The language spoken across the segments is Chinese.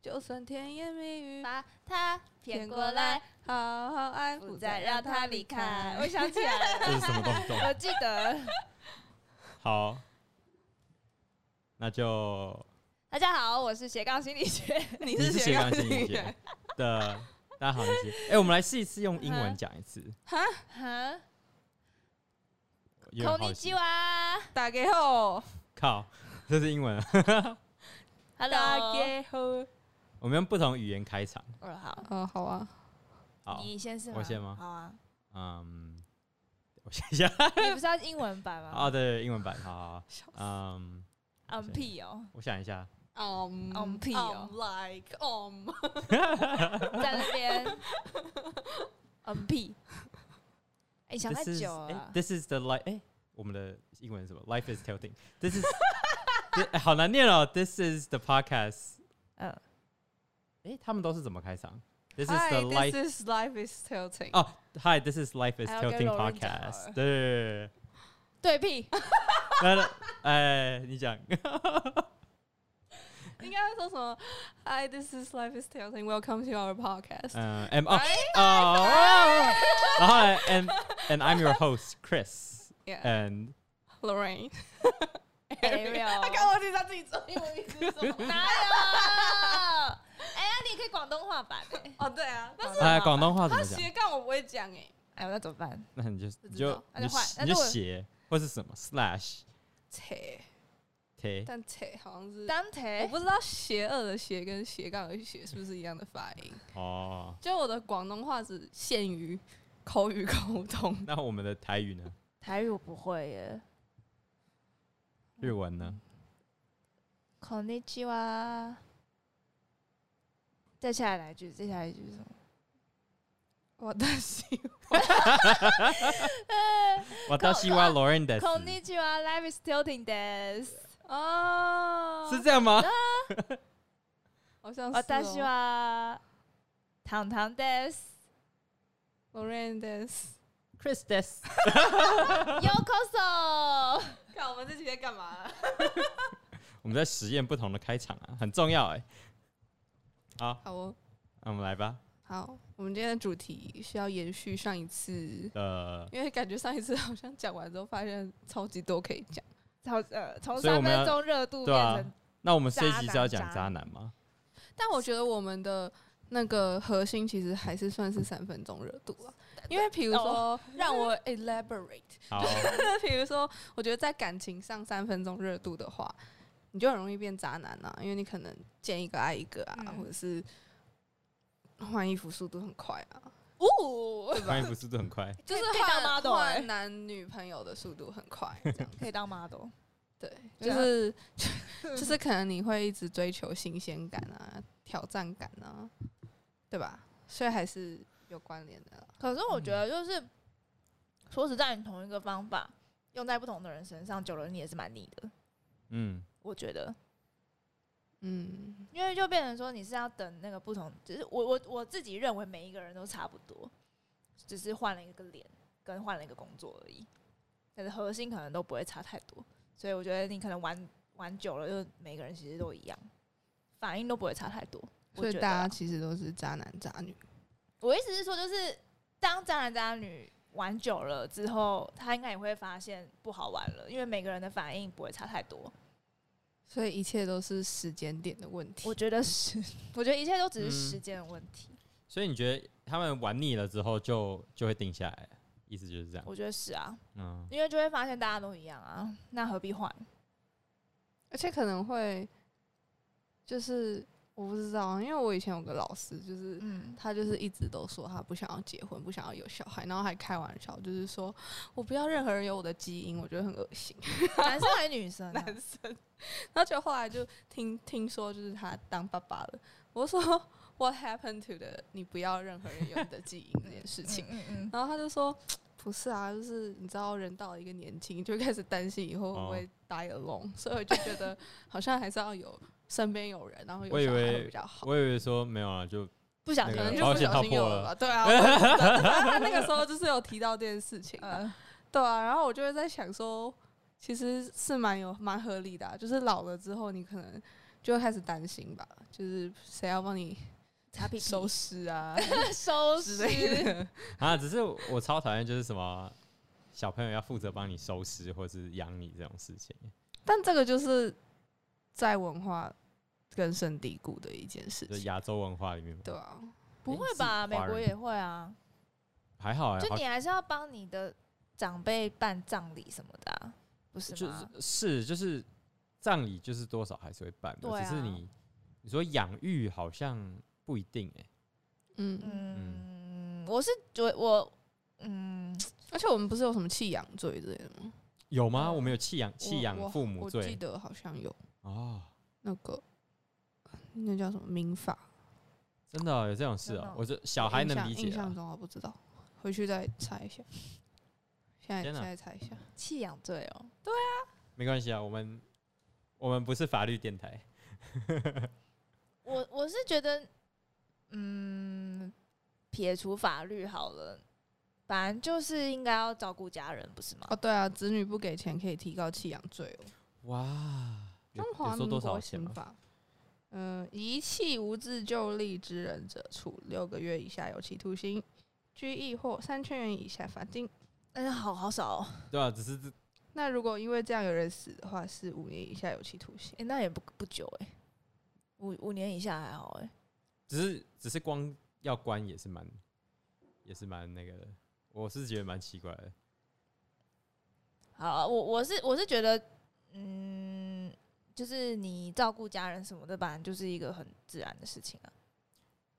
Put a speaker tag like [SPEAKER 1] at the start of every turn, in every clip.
[SPEAKER 1] 就算甜言蜜语
[SPEAKER 2] 把它
[SPEAKER 1] 骗
[SPEAKER 2] 骗
[SPEAKER 1] 过
[SPEAKER 2] 过来
[SPEAKER 1] 来，，好好爱，
[SPEAKER 2] 不
[SPEAKER 1] 不再
[SPEAKER 2] 再让
[SPEAKER 1] 让
[SPEAKER 2] 它
[SPEAKER 1] 它
[SPEAKER 2] 离
[SPEAKER 1] 离
[SPEAKER 2] 开
[SPEAKER 1] 开。。
[SPEAKER 2] 我想起来了，
[SPEAKER 3] 这是什么东东？
[SPEAKER 2] 我记得。
[SPEAKER 3] 好，那就
[SPEAKER 2] 大家好，我是斜杠心理学。
[SPEAKER 1] 你
[SPEAKER 3] 你是斜杠心
[SPEAKER 1] 心理
[SPEAKER 3] 理学
[SPEAKER 1] 学，
[SPEAKER 3] 的，大家好，你是哎、我们来试一次用英文讲一次，
[SPEAKER 2] 哈，
[SPEAKER 3] 有点
[SPEAKER 2] 空
[SPEAKER 3] 好
[SPEAKER 2] 尼
[SPEAKER 3] 奇
[SPEAKER 2] 基哇
[SPEAKER 1] 打给后，
[SPEAKER 3] 靠，这是英文啊，
[SPEAKER 1] 打
[SPEAKER 2] ，Hello，
[SPEAKER 1] 给后。
[SPEAKER 3] 我们用不同语言开场。
[SPEAKER 2] 我好，
[SPEAKER 1] 哦，好啊，
[SPEAKER 3] 好，
[SPEAKER 2] 你先是
[SPEAKER 3] 我先吗
[SPEAKER 2] 好啊，
[SPEAKER 3] 嗯，我想一下，
[SPEAKER 2] 你不是要英文版吗？
[SPEAKER 3] 哦，对，英文版，好好好，嗯，
[SPEAKER 2] 嗯屁哦，
[SPEAKER 3] 我想一下，
[SPEAKER 1] 嗯
[SPEAKER 2] 嗯屁哦
[SPEAKER 1] like um，
[SPEAKER 2] 在那 边，嗯屁。哎，想太
[SPEAKER 3] This is
[SPEAKER 2] 久
[SPEAKER 3] 哎
[SPEAKER 2] 了。
[SPEAKER 3] This is the life，哎、我们的英文是什么？Life is tilting。This is，这哎好难念哦。This is the podcast。
[SPEAKER 2] 嗯
[SPEAKER 3] 哎、他们都是怎么开场？This is the
[SPEAKER 1] Hi,
[SPEAKER 3] life。
[SPEAKER 1] this is life is tilting。
[SPEAKER 3] 哦，Hi, this is life is
[SPEAKER 2] 哎我跟
[SPEAKER 3] tilting
[SPEAKER 2] 柔润讲好
[SPEAKER 3] podcast
[SPEAKER 2] 了
[SPEAKER 3] 对。
[SPEAKER 2] 对
[SPEAKER 3] 对
[SPEAKER 2] 屁，
[SPEAKER 3] 对对对，哎，uh, 你讲。
[SPEAKER 1] 应该会说什么？Hi, this is life is tilting. Welcome to our podcast.
[SPEAKER 3] 嗯，M 哦哦哦，然后呢，and and I'm your host Chris
[SPEAKER 1] Yeah,
[SPEAKER 3] and
[SPEAKER 1] Lorraine.
[SPEAKER 2] Ariel
[SPEAKER 1] 他刚忘记他自己中英文名字是什么。
[SPEAKER 2] 哪有？哎呀，你可以广东话版哎。
[SPEAKER 1] 哦，对啊，但是
[SPEAKER 3] 哎，uh, 广东话怎
[SPEAKER 1] 他
[SPEAKER 3] 么讲？
[SPEAKER 1] 斜杠我不会讲哎。
[SPEAKER 2] 哎，那怎么办？
[SPEAKER 3] 那你就
[SPEAKER 1] 知
[SPEAKER 3] 你就
[SPEAKER 1] 道
[SPEAKER 2] 那
[SPEAKER 3] 你
[SPEAKER 2] 就换
[SPEAKER 3] 就
[SPEAKER 2] 那
[SPEAKER 3] 你就
[SPEAKER 2] 如果
[SPEAKER 3] 写或是什么 slash
[SPEAKER 1] 切，
[SPEAKER 3] t
[SPEAKER 1] 但切好像是，
[SPEAKER 2] Dante，
[SPEAKER 1] 我不知道邪恶的邪跟斜杠的斜是不是一样的发音。
[SPEAKER 3] 哦。
[SPEAKER 1] 就我的广东话只限于口语沟通，
[SPEAKER 3] 那我们的台语呢？
[SPEAKER 2] 台语我不会耶。嗯
[SPEAKER 3] 日文呢？
[SPEAKER 2] こんにちは。再下来哪一句？再下来一句是什 么？
[SPEAKER 1] 我担心。
[SPEAKER 3] 我到西瓜
[SPEAKER 2] 呃
[SPEAKER 3] l a u r e n 的
[SPEAKER 2] こんにちは，Life is tilting this。呃
[SPEAKER 1] 哦，
[SPEAKER 3] 是这样吗？
[SPEAKER 1] 好像是、哦。
[SPEAKER 2] 私は糖糖 this。
[SPEAKER 1] Lorendes。
[SPEAKER 3] Chris des，
[SPEAKER 2] Yokoso。
[SPEAKER 1] 看我们这期在干嘛？啊
[SPEAKER 3] 我们在实验不同的开场啊，很重要哎。好，
[SPEAKER 1] 好哦，
[SPEAKER 3] 那我们来吧。
[SPEAKER 1] 好，我们今天的主题是要延续上一次，
[SPEAKER 3] 呃，
[SPEAKER 1] 因为感觉上一次好像讲完之后，发现超级多可以讲。
[SPEAKER 2] 从呃从
[SPEAKER 3] 所以
[SPEAKER 2] 三
[SPEAKER 3] 我们要
[SPEAKER 2] 分钟热度
[SPEAKER 3] 对
[SPEAKER 2] 变
[SPEAKER 3] 啊
[SPEAKER 2] 成
[SPEAKER 3] 那我们这一集
[SPEAKER 2] 渣
[SPEAKER 3] 是要
[SPEAKER 2] 男
[SPEAKER 3] 讲
[SPEAKER 2] 渣
[SPEAKER 3] 渣男吗？
[SPEAKER 1] 但我觉得我们的那个核心其实还是算是三分钟热度啊，因为比如说，让我 elaborate，
[SPEAKER 3] 好，
[SPEAKER 1] 比如说，我觉得在感情上三分钟热度的话，你就很容易变渣男啊，因为你可能见一个爱一个啊，
[SPEAKER 2] 嗯
[SPEAKER 1] 或者是换衣服速度很快啊，
[SPEAKER 2] 哦，
[SPEAKER 3] 翻译不速度很快。
[SPEAKER 1] 就是
[SPEAKER 2] 可以当
[SPEAKER 1] 换
[SPEAKER 2] model 欸
[SPEAKER 1] 换男女朋友的速度很快，这样
[SPEAKER 2] 可以当哦 model。
[SPEAKER 1] 对，
[SPEAKER 2] 对
[SPEAKER 1] 就
[SPEAKER 2] 啊
[SPEAKER 1] 是就是可能你会一直追求新鲜感啊、挑战感啊，对吧？所以还是有关联的啦。
[SPEAKER 2] 可是我觉得就是、说实在，你同一个方法用在不同的人身上，久了你也是蛮腻的。
[SPEAKER 3] 嗯，
[SPEAKER 2] 我觉得，
[SPEAKER 1] 嗯，
[SPEAKER 2] 因为就变成说你是要等那个不同，只是我我我自己认为每一个人都差不多，只是换了一个脸跟换了一个工作而已，但是核心可能都不会差太多。所以我觉得你可能玩玩久了，就每个人其实都一样，反应都不会差太多。我
[SPEAKER 1] 所以
[SPEAKER 2] 觉
[SPEAKER 1] 大
[SPEAKER 2] 得啊
[SPEAKER 1] 家其实都是渣男渣女。
[SPEAKER 2] 我意思是说，就是当渣男渣女玩久了之后，他应该也会发现不好玩了，因为每个人的反应不会差太多。
[SPEAKER 1] 所以一切都是时间点的问题
[SPEAKER 2] 我。觉得是， 我觉得一切都只是时间的问题。
[SPEAKER 3] 所以你觉得他们玩腻了之后就就会定下来，意思就是这样。
[SPEAKER 2] 我觉得是啊，
[SPEAKER 3] 嗯，
[SPEAKER 2] 因为就会发现大家都一样啊，那何必换？
[SPEAKER 1] 而且可能会，就是我不知道，因为我以前有个老师，就是
[SPEAKER 2] 嗯，
[SPEAKER 1] 他就是一直都说他不想要结婚，不想要有小孩，然后还开玩笑，就是说我不要任何人有我的基因，我觉得很恶心。
[SPEAKER 2] 男生还是 女生、啊？
[SPEAKER 1] 男生，然后就后来就听听说就是他当爸爸了，我就说 What happened to 的你不要任何人有你的基因这件事情
[SPEAKER 2] 嗯，嗯嗯，
[SPEAKER 1] 然后他就说。不是啊，就是你知道，人到了一个年纪，你就会开始担心以后
[SPEAKER 3] 哦
[SPEAKER 1] 会不会 die alone，、所以我就觉得 好像还是要有身边有人，然后有
[SPEAKER 3] 我以
[SPEAKER 1] 小孩
[SPEAKER 3] 为
[SPEAKER 1] 会比较好。
[SPEAKER 3] 我以为说没有啊，就
[SPEAKER 2] 不想
[SPEAKER 3] 那
[SPEAKER 1] 可
[SPEAKER 3] 个
[SPEAKER 1] 能
[SPEAKER 2] 听
[SPEAKER 1] 就
[SPEAKER 3] 保
[SPEAKER 1] 不
[SPEAKER 3] 险套
[SPEAKER 1] 小心有
[SPEAKER 3] 破
[SPEAKER 1] 了
[SPEAKER 3] 了
[SPEAKER 1] 吧？对啊，我也 不知道但他那个时候就是有提到这件事情啊、
[SPEAKER 2] 嗯，
[SPEAKER 1] 对啊。然后我就会在想说，其实是蛮有蛮合理的啊、就是老了之后，你可能就会开始担心吧，就是谁要帮你
[SPEAKER 2] 擦屁
[SPEAKER 1] 收
[SPEAKER 2] 收
[SPEAKER 1] 尸啊
[SPEAKER 2] 收
[SPEAKER 1] 之类
[SPEAKER 2] 拾，
[SPEAKER 1] 的。
[SPEAKER 3] 啊，只是我超讨厌就是什么小朋友要负责帮你收尸或是养你这种事情。
[SPEAKER 1] 但这个就是在文化根深蒂固的一件事
[SPEAKER 3] 就
[SPEAKER 1] 情，
[SPEAKER 3] 亚洲文化里面吗，
[SPEAKER 1] 对啊，
[SPEAKER 2] 不会
[SPEAKER 3] 是
[SPEAKER 2] 吧？美
[SPEAKER 3] 华
[SPEAKER 2] 国
[SPEAKER 3] 人
[SPEAKER 2] 也会啊，
[SPEAKER 3] 还好哎、
[SPEAKER 2] 就
[SPEAKER 3] 好
[SPEAKER 2] 你还是要帮你的长辈办葬礼什么的啊、不是
[SPEAKER 3] 就
[SPEAKER 2] 吗？
[SPEAKER 3] 是是就是葬礼就是多少还是会办的，
[SPEAKER 2] 对
[SPEAKER 3] 只是
[SPEAKER 2] 啊
[SPEAKER 3] 你你说养育好像不一定哎、
[SPEAKER 1] 嗯，
[SPEAKER 2] 嗯，我是觉得我嗯，
[SPEAKER 1] 而且我们不是有什么弃养罪之类的吗？
[SPEAKER 3] 有吗？
[SPEAKER 2] 嗯
[SPEAKER 3] 我们有弃养弃
[SPEAKER 1] 我
[SPEAKER 3] 养父母
[SPEAKER 1] 我我记
[SPEAKER 3] 罪
[SPEAKER 1] 得好像有
[SPEAKER 3] 哦，
[SPEAKER 1] 那个那叫什么民法，
[SPEAKER 3] 真的哦、有这种事
[SPEAKER 2] 真
[SPEAKER 3] 哦、
[SPEAKER 2] 的
[SPEAKER 3] 我这小孩
[SPEAKER 1] 印
[SPEAKER 3] 能
[SPEAKER 1] 象
[SPEAKER 3] 理解
[SPEAKER 1] 印象
[SPEAKER 3] 啊，
[SPEAKER 1] 中我不知道，回去再查一下。现在
[SPEAKER 3] 天
[SPEAKER 1] 现
[SPEAKER 3] 哪
[SPEAKER 1] 在查一下，
[SPEAKER 2] 弃养罪哦，
[SPEAKER 3] 没关系啊，我们我们不是法律电台，
[SPEAKER 2] 我我是觉得，嗯，撇除法律好了，反正就是应该要照顾家人，不是吗？
[SPEAKER 1] 哦，对啊，子女不给钱可以提高弃养罪哦。
[SPEAKER 3] 哇，有
[SPEAKER 1] 中华
[SPEAKER 3] 有说
[SPEAKER 1] 民
[SPEAKER 3] 多少
[SPEAKER 1] 国刑
[SPEAKER 3] 钱吗？
[SPEAKER 1] 法，嗯、遗弃无自救力之人者，处六个月以下有期徒刑、拘役或三千元以下罚金。
[SPEAKER 2] 嗯，好好少、哦
[SPEAKER 3] 对啊，只是这
[SPEAKER 1] 那如果因为这样有人死的话，是五年以下有期徒刑。
[SPEAKER 2] 诶那也不不久哎、五五年以下还好哎、
[SPEAKER 3] 只是只是光要关也是蛮也是蛮那个的，我是觉得蛮奇怪的。
[SPEAKER 2] 好啊，我我是我是觉得，嗯，就是你照顾家人什么的，反正就是一个很自然的事情啊。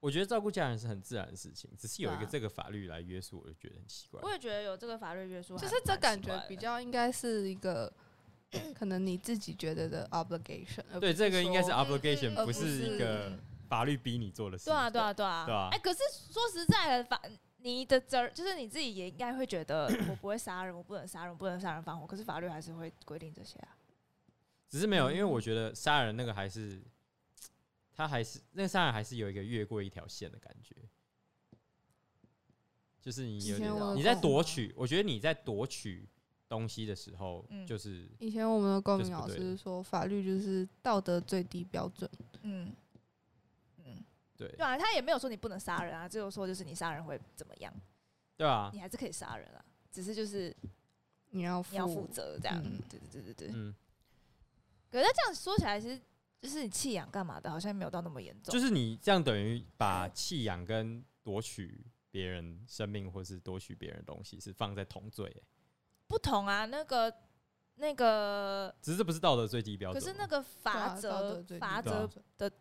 [SPEAKER 3] 我觉得照顾家人是很自然的事情，只是有一个
[SPEAKER 2] 对啊
[SPEAKER 3] 这个法律来约束，我就觉得很奇怪。
[SPEAKER 2] 我也觉得有这个法律约束
[SPEAKER 1] 就
[SPEAKER 2] 还蛮奇
[SPEAKER 1] 是
[SPEAKER 2] 怪的，
[SPEAKER 1] 这感觉比较应该是一个，可能你自己觉得的 obligation 而不说。
[SPEAKER 3] 对，这个应该是
[SPEAKER 2] 嗯
[SPEAKER 3] obligation，、
[SPEAKER 1] 嗯
[SPEAKER 3] 不是一个法律逼你做的事。
[SPEAKER 2] 对啊，对啊，对啊，
[SPEAKER 3] 对啊
[SPEAKER 2] 哎、可是说实在的，法你的责任就是你自己也应该会觉 得，我不会杀人，我不能杀人，我不能杀人放火。可是法律还是会规定这些啊。
[SPEAKER 3] 只是没
[SPEAKER 2] 嗯
[SPEAKER 3] 有，因为我觉得杀人那个还是，他还是那个杀人还是有一个越过一条线的感觉，就是你有
[SPEAKER 1] 之前
[SPEAKER 3] 点
[SPEAKER 1] 我有
[SPEAKER 3] 你在
[SPEAKER 1] 看
[SPEAKER 3] 夺
[SPEAKER 2] 过
[SPEAKER 3] 取，我觉得你在夺取东西的时候，
[SPEAKER 2] 嗯
[SPEAKER 3] 就是
[SPEAKER 1] 以前我们的公
[SPEAKER 3] 这
[SPEAKER 1] 民
[SPEAKER 3] 是不
[SPEAKER 1] 老
[SPEAKER 3] 对
[SPEAKER 1] 师
[SPEAKER 3] 的
[SPEAKER 1] 说，法律就是道德最低标准。
[SPEAKER 2] 嗯嗯，
[SPEAKER 3] 对
[SPEAKER 2] 对啊，他也没有说你不能杀人啊，只有说就是你杀人会怎么样，
[SPEAKER 3] 对啊
[SPEAKER 2] 你，还是可以杀人啊，只是就是
[SPEAKER 1] 你要负
[SPEAKER 2] 你要负责这样。
[SPEAKER 1] 嗯
[SPEAKER 2] 对对对对对。
[SPEAKER 3] 嗯，
[SPEAKER 2] 可是他这样说起来，其实就是你弃养干嘛的，好像没有到那么严重。
[SPEAKER 3] 就是你这样等于把
[SPEAKER 2] 嗯
[SPEAKER 3] 弃养跟夺取别人生命或是夺取别人的东西是放在同罪、欸，
[SPEAKER 2] 不同啊，那个那个，
[SPEAKER 3] 只是这不是道德最低标
[SPEAKER 2] 可
[SPEAKER 3] 准嘛。
[SPEAKER 2] 是那个法
[SPEAKER 1] 对啊道德
[SPEAKER 2] 则
[SPEAKER 1] 最低
[SPEAKER 2] 法
[SPEAKER 1] 标
[SPEAKER 2] 则
[SPEAKER 1] 准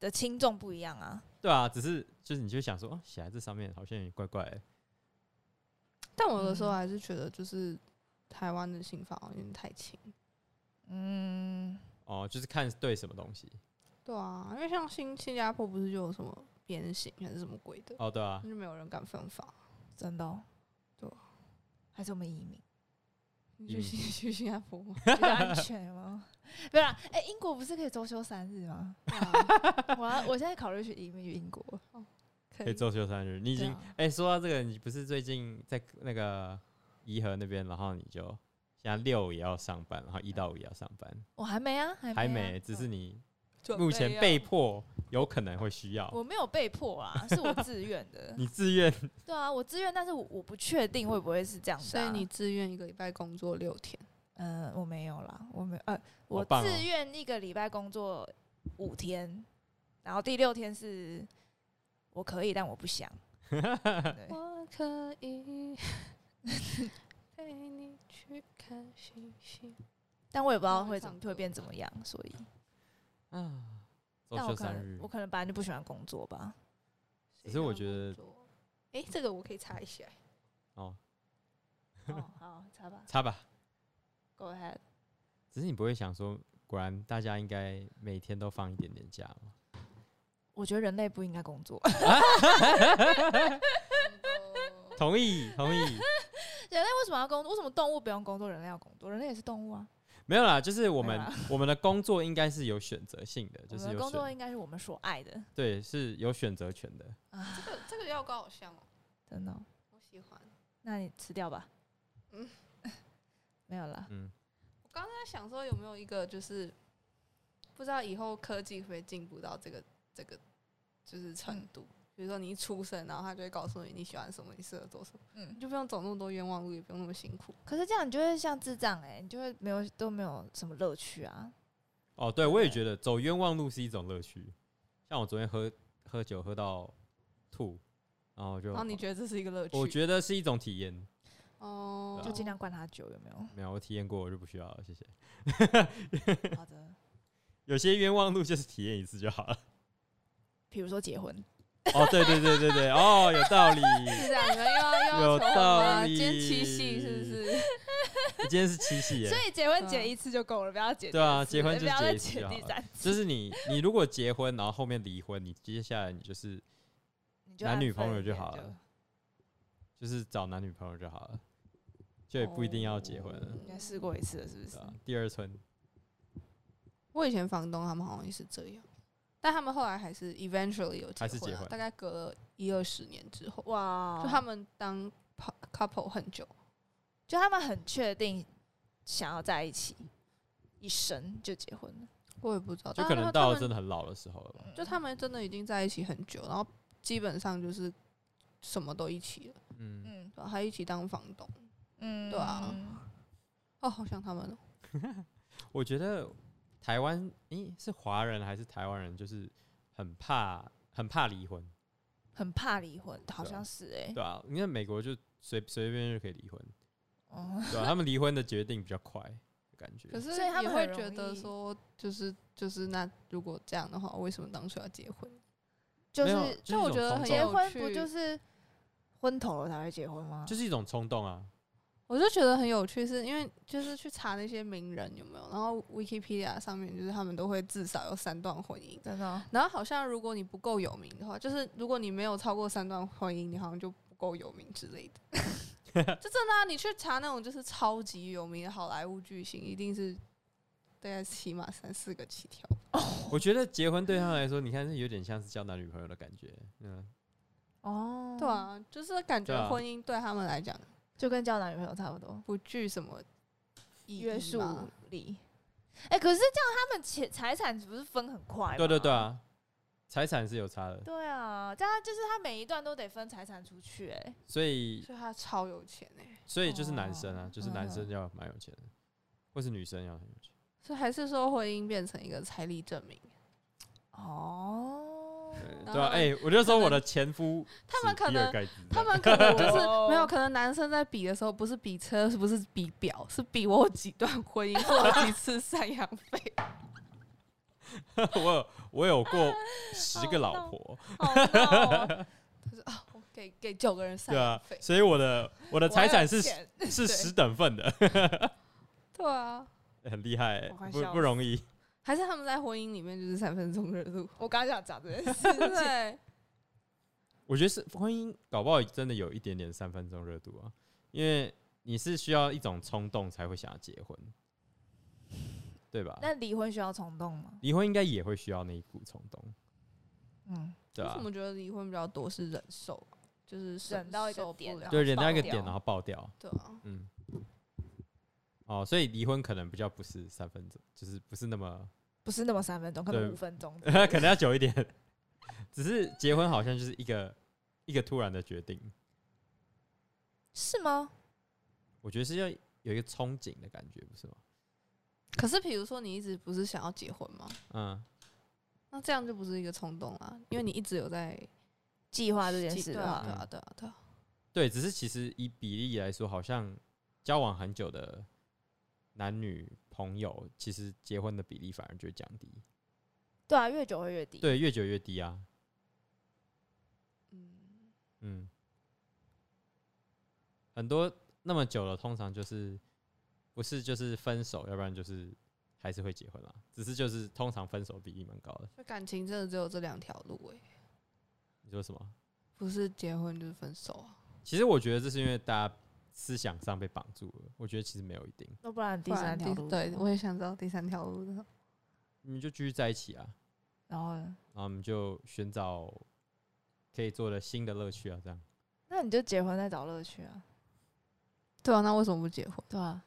[SPEAKER 2] 的轻重不一样啊。
[SPEAKER 3] 对啊，只是就是你就想说，哦，写在这上面好像有点怪怪、欸。
[SPEAKER 1] 但我有时候
[SPEAKER 2] 嗯
[SPEAKER 1] 还是觉得，就是台湾的刑法好像有点太轻。
[SPEAKER 2] 嗯，
[SPEAKER 3] 哦，就是看对什么东西。
[SPEAKER 1] 对啊，因为像新新加坡不是就有什么鞭刑还是什么鬼的，
[SPEAKER 3] 哦，对啊
[SPEAKER 1] 那，
[SPEAKER 2] 嗯
[SPEAKER 1] 就没有人敢犯法。
[SPEAKER 2] 真的、哦，
[SPEAKER 1] 对啊，
[SPEAKER 2] 还是我们移 民
[SPEAKER 1] 你
[SPEAKER 3] 嗯
[SPEAKER 1] 去新 去新加坡吗？
[SPEAKER 2] 比较安全吗？没有啦，哎、英国不是可以周休三日吗？
[SPEAKER 1] 对啊
[SPEAKER 2] 我要我现在考虑去移民去英国，
[SPEAKER 1] 可
[SPEAKER 3] 可以
[SPEAKER 1] 以。
[SPEAKER 3] 周休三日。你已
[SPEAKER 1] 对
[SPEAKER 3] 经
[SPEAKER 1] 啊
[SPEAKER 3] 哎、说到这个，你不是最近在那个颐和那边，然后你就现在六也要上班，然后一到五也要上班，
[SPEAKER 2] 我还没啊，还没,、啊、
[SPEAKER 3] 还没，只是你
[SPEAKER 1] 准
[SPEAKER 3] 目
[SPEAKER 1] 备
[SPEAKER 3] 前
[SPEAKER 1] 要
[SPEAKER 3] 被迫有可能会需要，。
[SPEAKER 2] 我没有被迫啊，是我自愿的
[SPEAKER 3] 你自愿
[SPEAKER 2] 对啊，我自愿，但是我我不确定会不会是这样子、
[SPEAKER 1] 所
[SPEAKER 2] 啊。
[SPEAKER 1] 以你自愿一个礼拜工作六天，
[SPEAKER 2] 嗯、我没有啦，我没呃，
[SPEAKER 3] 好
[SPEAKER 2] 我
[SPEAKER 3] 棒哦
[SPEAKER 2] 自愿一个礼拜工作五天，然后第六天是我可以，但我不 想。对
[SPEAKER 1] 我可以陪你去看星星。
[SPEAKER 2] 但我也不知
[SPEAKER 1] 那
[SPEAKER 2] 道
[SPEAKER 1] 会
[SPEAKER 2] 会
[SPEAKER 1] 唱
[SPEAKER 2] 怎么会
[SPEAKER 1] 歌
[SPEAKER 2] 变
[SPEAKER 1] 吧
[SPEAKER 2] 怎么样，所以，
[SPEAKER 3] 啊，周
[SPEAKER 2] 但我
[SPEAKER 3] 休
[SPEAKER 2] 可
[SPEAKER 3] 三
[SPEAKER 2] 能
[SPEAKER 3] 日
[SPEAKER 2] 我。可能本来就不喜欢工作吧。
[SPEAKER 3] 可是我觉得，
[SPEAKER 1] 哎、这个我可以查一下。
[SPEAKER 3] 哦，
[SPEAKER 2] 哦，好，查吧
[SPEAKER 3] 擦吧。
[SPEAKER 2] ，Go ahead。
[SPEAKER 3] 只是你不会想说，果然大家应该每天都放一点点假吗？
[SPEAKER 2] 我觉得人类不应该工作，
[SPEAKER 3] 同意，同意。
[SPEAKER 2] 人类为什么要工作？为什么动物不用工作，人类要工作？人类也是动物啊。
[SPEAKER 3] 没有啦，就是我
[SPEAKER 2] 没有
[SPEAKER 3] 们
[SPEAKER 2] 啦
[SPEAKER 3] 我们的工作应该是有选择性的，
[SPEAKER 2] 啊我
[SPEAKER 3] 就
[SPEAKER 2] 们
[SPEAKER 3] 是
[SPEAKER 2] 的
[SPEAKER 3] 有
[SPEAKER 2] 工作
[SPEAKER 3] 选
[SPEAKER 2] 应该是我们所爱的
[SPEAKER 3] 对是有选择权的。
[SPEAKER 1] 这
[SPEAKER 2] 啊，
[SPEAKER 1] 个这个药膏好香哦，
[SPEAKER 2] 真的哦。
[SPEAKER 1] 我喜欢。
[SPEAKER 2] 那你吃掉吧。
[SPEAKER 1] 嗯
[SPEAKER 2] 嗯， 没有啦。
[SPEAKER 3] 嗯，
[SPEAKER 1] 我刚刚在想说有没有一个就是不知道以后科技会不会进步到这个这个就是程度。比如说你一出生，然后他就会告诉你你喜欢什么，你适合做什么，
[SPEAKER 2] 嗯
[SPEAKER 1] 你，就不用走那么多冤枉路，也不用那么辛苦。
[SPEAKER 2] 可是这样你就会像智障哎、你就会没有都没有什么乐趣啊。
[SPEAKER 3] 哦，对，我也觉得走冤枉路是一种乐趣。像我昨天喝喝酒喝到吐，然后就
[SPEAKER 1] 然后你觉得这是一个乐趣？
[SPEAKER 3] 我觉得是一种体验。
[SPEAKER 1] 哦，
[SPEAKER 2] 就尽量灌他酒，有没有？
[SPEAKER 3] 没有，我体验过，我就不需要了，谢谢。
[SPEAKER 2] 好的，
[SPEAKER 3] 有些冤枉路就是体验一次就好了。
[SPEAKER 2] 比如说结婚，
[SPEAKER 3] 哦，对对对对对，哦，有道理。
[SPEAKER 1] 是这样，你们又要又要
[SPEAKER 3] 有
[SPEAKER 1] 求我
[SPEAKER 3] 道
[SPEAKER 1] 吗今天
[SPEAKER 3] 理
[SPEAKER 1] 七夕是不是？
[SPEAKER 3] 今天是七夕耶
[SPEAKER 2] 所，以结婚
[SPEAKER 1] 对啊
[SPEAKER 2] 结一次就够了，不要结
[SPEAKER 3] 嗯对啊
[SPEAKER 2] 第二次
[SPEAKER 3] 结婚
[SPEAKER 2] 不
[SPEAKER 3] 就
[SPEAKER 2] 要再
[SPEAKER 3] 结一次
[SPEAKER 2] 结
[SPEAKER 3] 就
[SPEAKER 2] 第
[SPEAKER 3] 好了
[SPEAKER 2] 三次，
[SPEAKER 3] 就是你你如果结婚，然后后面离婚，你接下来你就是
[SPEAKER 2] 你就
[SPEAKER 3] 男
[SPEAKER 2] 按
[SPEAKER 3] 女
[SPEAKER 2] 分
[SPEAKER 3] 朋友
[SPEAKER 2] 一
[SPEAKER 3] 就
[SPEAKER 2] 点
[SPEAKER 3] 好了就是找男女朋友就好了，就也
[SPEAKER 1] 哦
[SPEAKER 3] 不一定要结婚了。
[SPEAKER 2] 应该试过一次了，是不是
[SPEAKER 3] 对？啊，第二春
[SPEAKER 1] 我以前房东他们好像也是这样，但他们后来还是 eventually 有结
[SPEAKER 3] 还是
[SPEAKER 1] 婚,、
[SPEAKER 3] 结
[SPEAKER 1] 啊
[SPEAKER 3] 婚
[SPEAKER 1] 大概隔了一二十年之后，
[SPEAKER 2] 哇哦
[SPEAKER 1] 就他们当 pa- couple 很久，
[SPEAKER 2] 就他们很确定想要在一起，一生就结婚了。
[SPEAKER 1] 我也不知道，
[SPEAKER 3] 就
[SPEAKER 1] 但
[SPEAKER 3] 可
[SPEAKER 1] 他
[SPEAKER 3] 能
[SPEAKER 1] 们
[SPEAKER 3] 到
[SPEAKER 1] 他
[SPEAKER 3] 了
[SPEAKER 1] 们
[SPEAKER 3] 真的很老的时候了吧。
[SPEAKER 1] 就他们真的已经在一起很久，然后基本上就是什么都一起了，
[SPEAKER 3] 嗯，
[SPEAKER 2] 嗯
[SPEAKER 1] 对吧还一起当房东，
[SPEAKER 2] 嗯
[SPEAKER 1] 对啊哦，好想他们哦，
[SPEAKER 3] 我觉得台湾，咦，是华人还是台湾人？就是很怕很怕离婚，
[SPEAKER 2] 很怕离婚，好像是哎、欸，
[SPEAKER 3] 对啊，因为美国就随随便就可以离婚，
[SPEAKER 2] 哦，
[SPEAKER 3] 对啊，他们离婚的决定比较快，感觉。
[SPEAKER 1] 可是
[SPEAKER 2] 所以他
[SPEAKER 1] 也
[SPEAKER 2] 们
[SPEAKER 1] 会
[SPEAKER 2] 很
[SPEAKER 1] 觉
[SPEAKER 2] 容
[SPEAKER 1] 得
[SPEAKER 2] 易
[SPEAKER 1] 说，就是就是那如果这样的话，为什么当初要结婚？
[SPEAKER 2] 就
[SPEAKER 3] 没有
[SPEAKER 2] 是
[SPEAKER 3] 就是一
[SPEAKER 1] 我
[SPEAKER 3] 种
[SPEAKER 1] 觉得
[SPEAKER 3] 冲
[SPEAKER 1] 很
[SPEAKER 3] 动
[SPEAKER 2] 结
[SPEAKER 1] 有
[SPEAKER 2] 婚
[SPEAKER 1] 趣
[SPEAKER 2] 不就是昏头了才会结婚吗？
[SPEAKER 3] 就是一种冲动啊，
[SPEAKER 1] 我就觉得很有趣，是因为就是去查那些名人有没有，然后 Wikipedia 上面就是他们都会至少有三段婚姻，
[SPEAKER 2] 真的哦、
[SPEAKER 1] 然后好像如果你不够有名的话，就是如果你没有超过三段婚姻，你好像就不够有名之类的。 就真的、啊，你去查那种就是超级有名的好莱坞巨星，一定是大概起码三四个起跳。
[SPEAKER 3] 我觉得结婚对他们来说，你看是有点像是交男女朋友的感觉，嗯，
[SPEAKER 2] 哦，
[SPEAKER 1] 对，啊，就是感
[SPEAKER 3] 对
[SPEAKER 1] 觉
[SPEAKER 3] 啊
[SPEAKER 1] 婚姻对他们来讲
[SPEAKER 2] 就跟交男女朋友差不多，
[SPEAKER 1] 不具什么意义
[SPEAKER 2] 约束
[SPEAKER 1] 嘛
[SPEAKER 2] 力。哎、可是这样他们钱财产不是分很快吗？
[SPEAKER 3] 对对对啊，财产是有差的，
[SPEAKER 2] 对啊，这样就是他每一段都得分财产出去、哎，
[SPEAKER 3] 所以
[SPEAKER 1] 所以他超有钱哎、
[SPEAKER 3] 所以就是男生啊，
[SPEAKER 2] 哦
[SPEAKER 3] 就是男生要蛮有钱的，或是女生要很有钱，
[SPEAKER 1] 所以还是说婚姻变成一个财力证明。
[SPEAKER 2] 哦，
[SPEAKER 1] 然
[SPEAKER 3] 对啊，
[SPEAKER 1] 后
[SPEAKER 3] 哎，我就说我的前夫
[SPEAKER 1] 他们
[SPEAKER 3] 是
[SPEAKER 1] 可
[SPEAKER 3] 比尔
[SPEAKER 1] 能
[SPEAKER 3] 盖茨 这
[SPEAKER 1] 他
[SPEAKER 3] 样，
[SPEAKER 1] 们可能就是没有，
[SPEAKER 2] 哦
[SPEAKER 1] 可能男生在比的时候不是比车，不是比表，是比我有几段婚姻，我有几次赡养费。
[SPEAKER 3] 我有我有过十
[SPEAKER 2] 好
[SPEAKER 3] 个老
[SPEAKER 2] 闹
[SPEAKER 3] 婆，
[SPEAKER 2] 好闹哦
[SPEAKER 1] 我 给给九个人赡
[SPEAKER 3] 对
[SPEAKER 1] 养
[SPEAKER 3] 啊
[SPEAKER 1] 费，，
[SPEAKER 3] 所以我的我的财产是
[SPEAKER 2] 我还有钱
[SPEAKER 3] 是
[SPEAKER 1] 对
[SPEAKER 3] 十等份的，
[SPEAKER 1] 对啊，
[SPEAKER 3] 很厉害欸
[SPEAKER 2] 我快，
[SPEAKER 3] 不
[SPEAKER 2] 笑
[SPEAKER 3] 不容易，
[SPEAKER 1] 还是他们在婚姻里面就是三分钟热度，
[SPEAKER 2] 我刚刚想讲这件事，
[SPEAKER 1] 对，
[SPEAKER 3] 我觉得是婚姻搞不好真的有一点点三分钟热度啊，因为你是需要一种冲动才会想要结婚，对吧？
[SPEAKER 2] 那离婚需要冲动吗？
[SPEAKER 3] 离婚应该也会需要那一股冲动，
[SPEAKER 2] 嗯，
[SPEAKER 3] 对啊吧、
[SPEAKER 1] 为什么觉得离婚比较多是忍受，就是
[SPEAKER 2] 忍到一个
[SPEAKER 1] 受不
[SPEAKER 2] 点
[SPEAKER 1] 了
[SPEAKER 2] 然后
[SPEAKER 3] 对，忍到一个
[SPEAKER 2] 爆
[SPEAKER 3] 点，
[SPEAKER 2] 掉
[SPEAKER 3] 然后爆掉，
[SPEAKER 1] 啊对啊，
[SPEAKER 3] 嗯。哦，所以离婚可能比较不是三分钟，就是不是那么，
[SPEAKER 2] 不是那么三分钟，可能
[SPEAKER 3] 对。
[SPEAKER 2] 五分钟
[SPEAKER 3] 可能要久一点。只是结婚好像就是一个一个突然的决定，
[SPEAKER 2] 是吗？
[SPEAKER 3] 我觉得是要有一个憧憬的感觉，不是吗？
[SPEAKER 1] 可是比如说你一直不是想要结婚吗？
[SPEAKER 3] 嗯，
[SPEAKER 1] 那这样就不是一个冲动啦，因为你一直有在
[SPEAKER 2] 计划这件
[SPEAKER 1] 计
[SPEAKER 2] 事
[SPEAKER 1] 对
[SPEAKER 2] 的
[SPEAKER 1] 啊，
[SPEAKER 2] 话
[SPEAKER 1] 对啊，对啊，对啊，
[SPEAKER 3] 对，只是其实以比例来说，好像交往很久的男女朋友，其实结婚的比例反而就会降低，
[SPEAKER 2] 对啊，越久会越低。，
[SPEAKER 3] 对，越久越低啊。
[SPEAKER 1] 嗯，
[SPEAKER 3] 嗯，很多那么久了，通常就是不是就是分手，要不然就是还是会结婚啦。只是就是通常分手比例蛮高的。
[SPEAKER 1] 就感情真的只有这两条路诶、
[SPEAKER 3] 你说什么？
[SPEAKER 1] 不是结婚就是分手啊。
[SPEAKER 3] 其实我觉得这是因为大家思想上被绑住了。我觉得其实没有一定，
[SPEAKER 2] 要不然第
[SPEAKER 1] 不然
[SPEAKER 2] 三条路。
[SPEAKER 1] 对，我也想知道第三条路是什么。
[SPEAKER 3] 你们就继续在一起啊，
[SPEAKER 2] 然后呢
[SPEAKER 3] 然后我们就寻找可以做的新的乐趣啊，这样。
[SPEAKER 2] 那你就结婚再找乐趣啊。
[SPEAKER 1] 对啊，那为什么不结婚？
[SPEAKER 2] 对啊，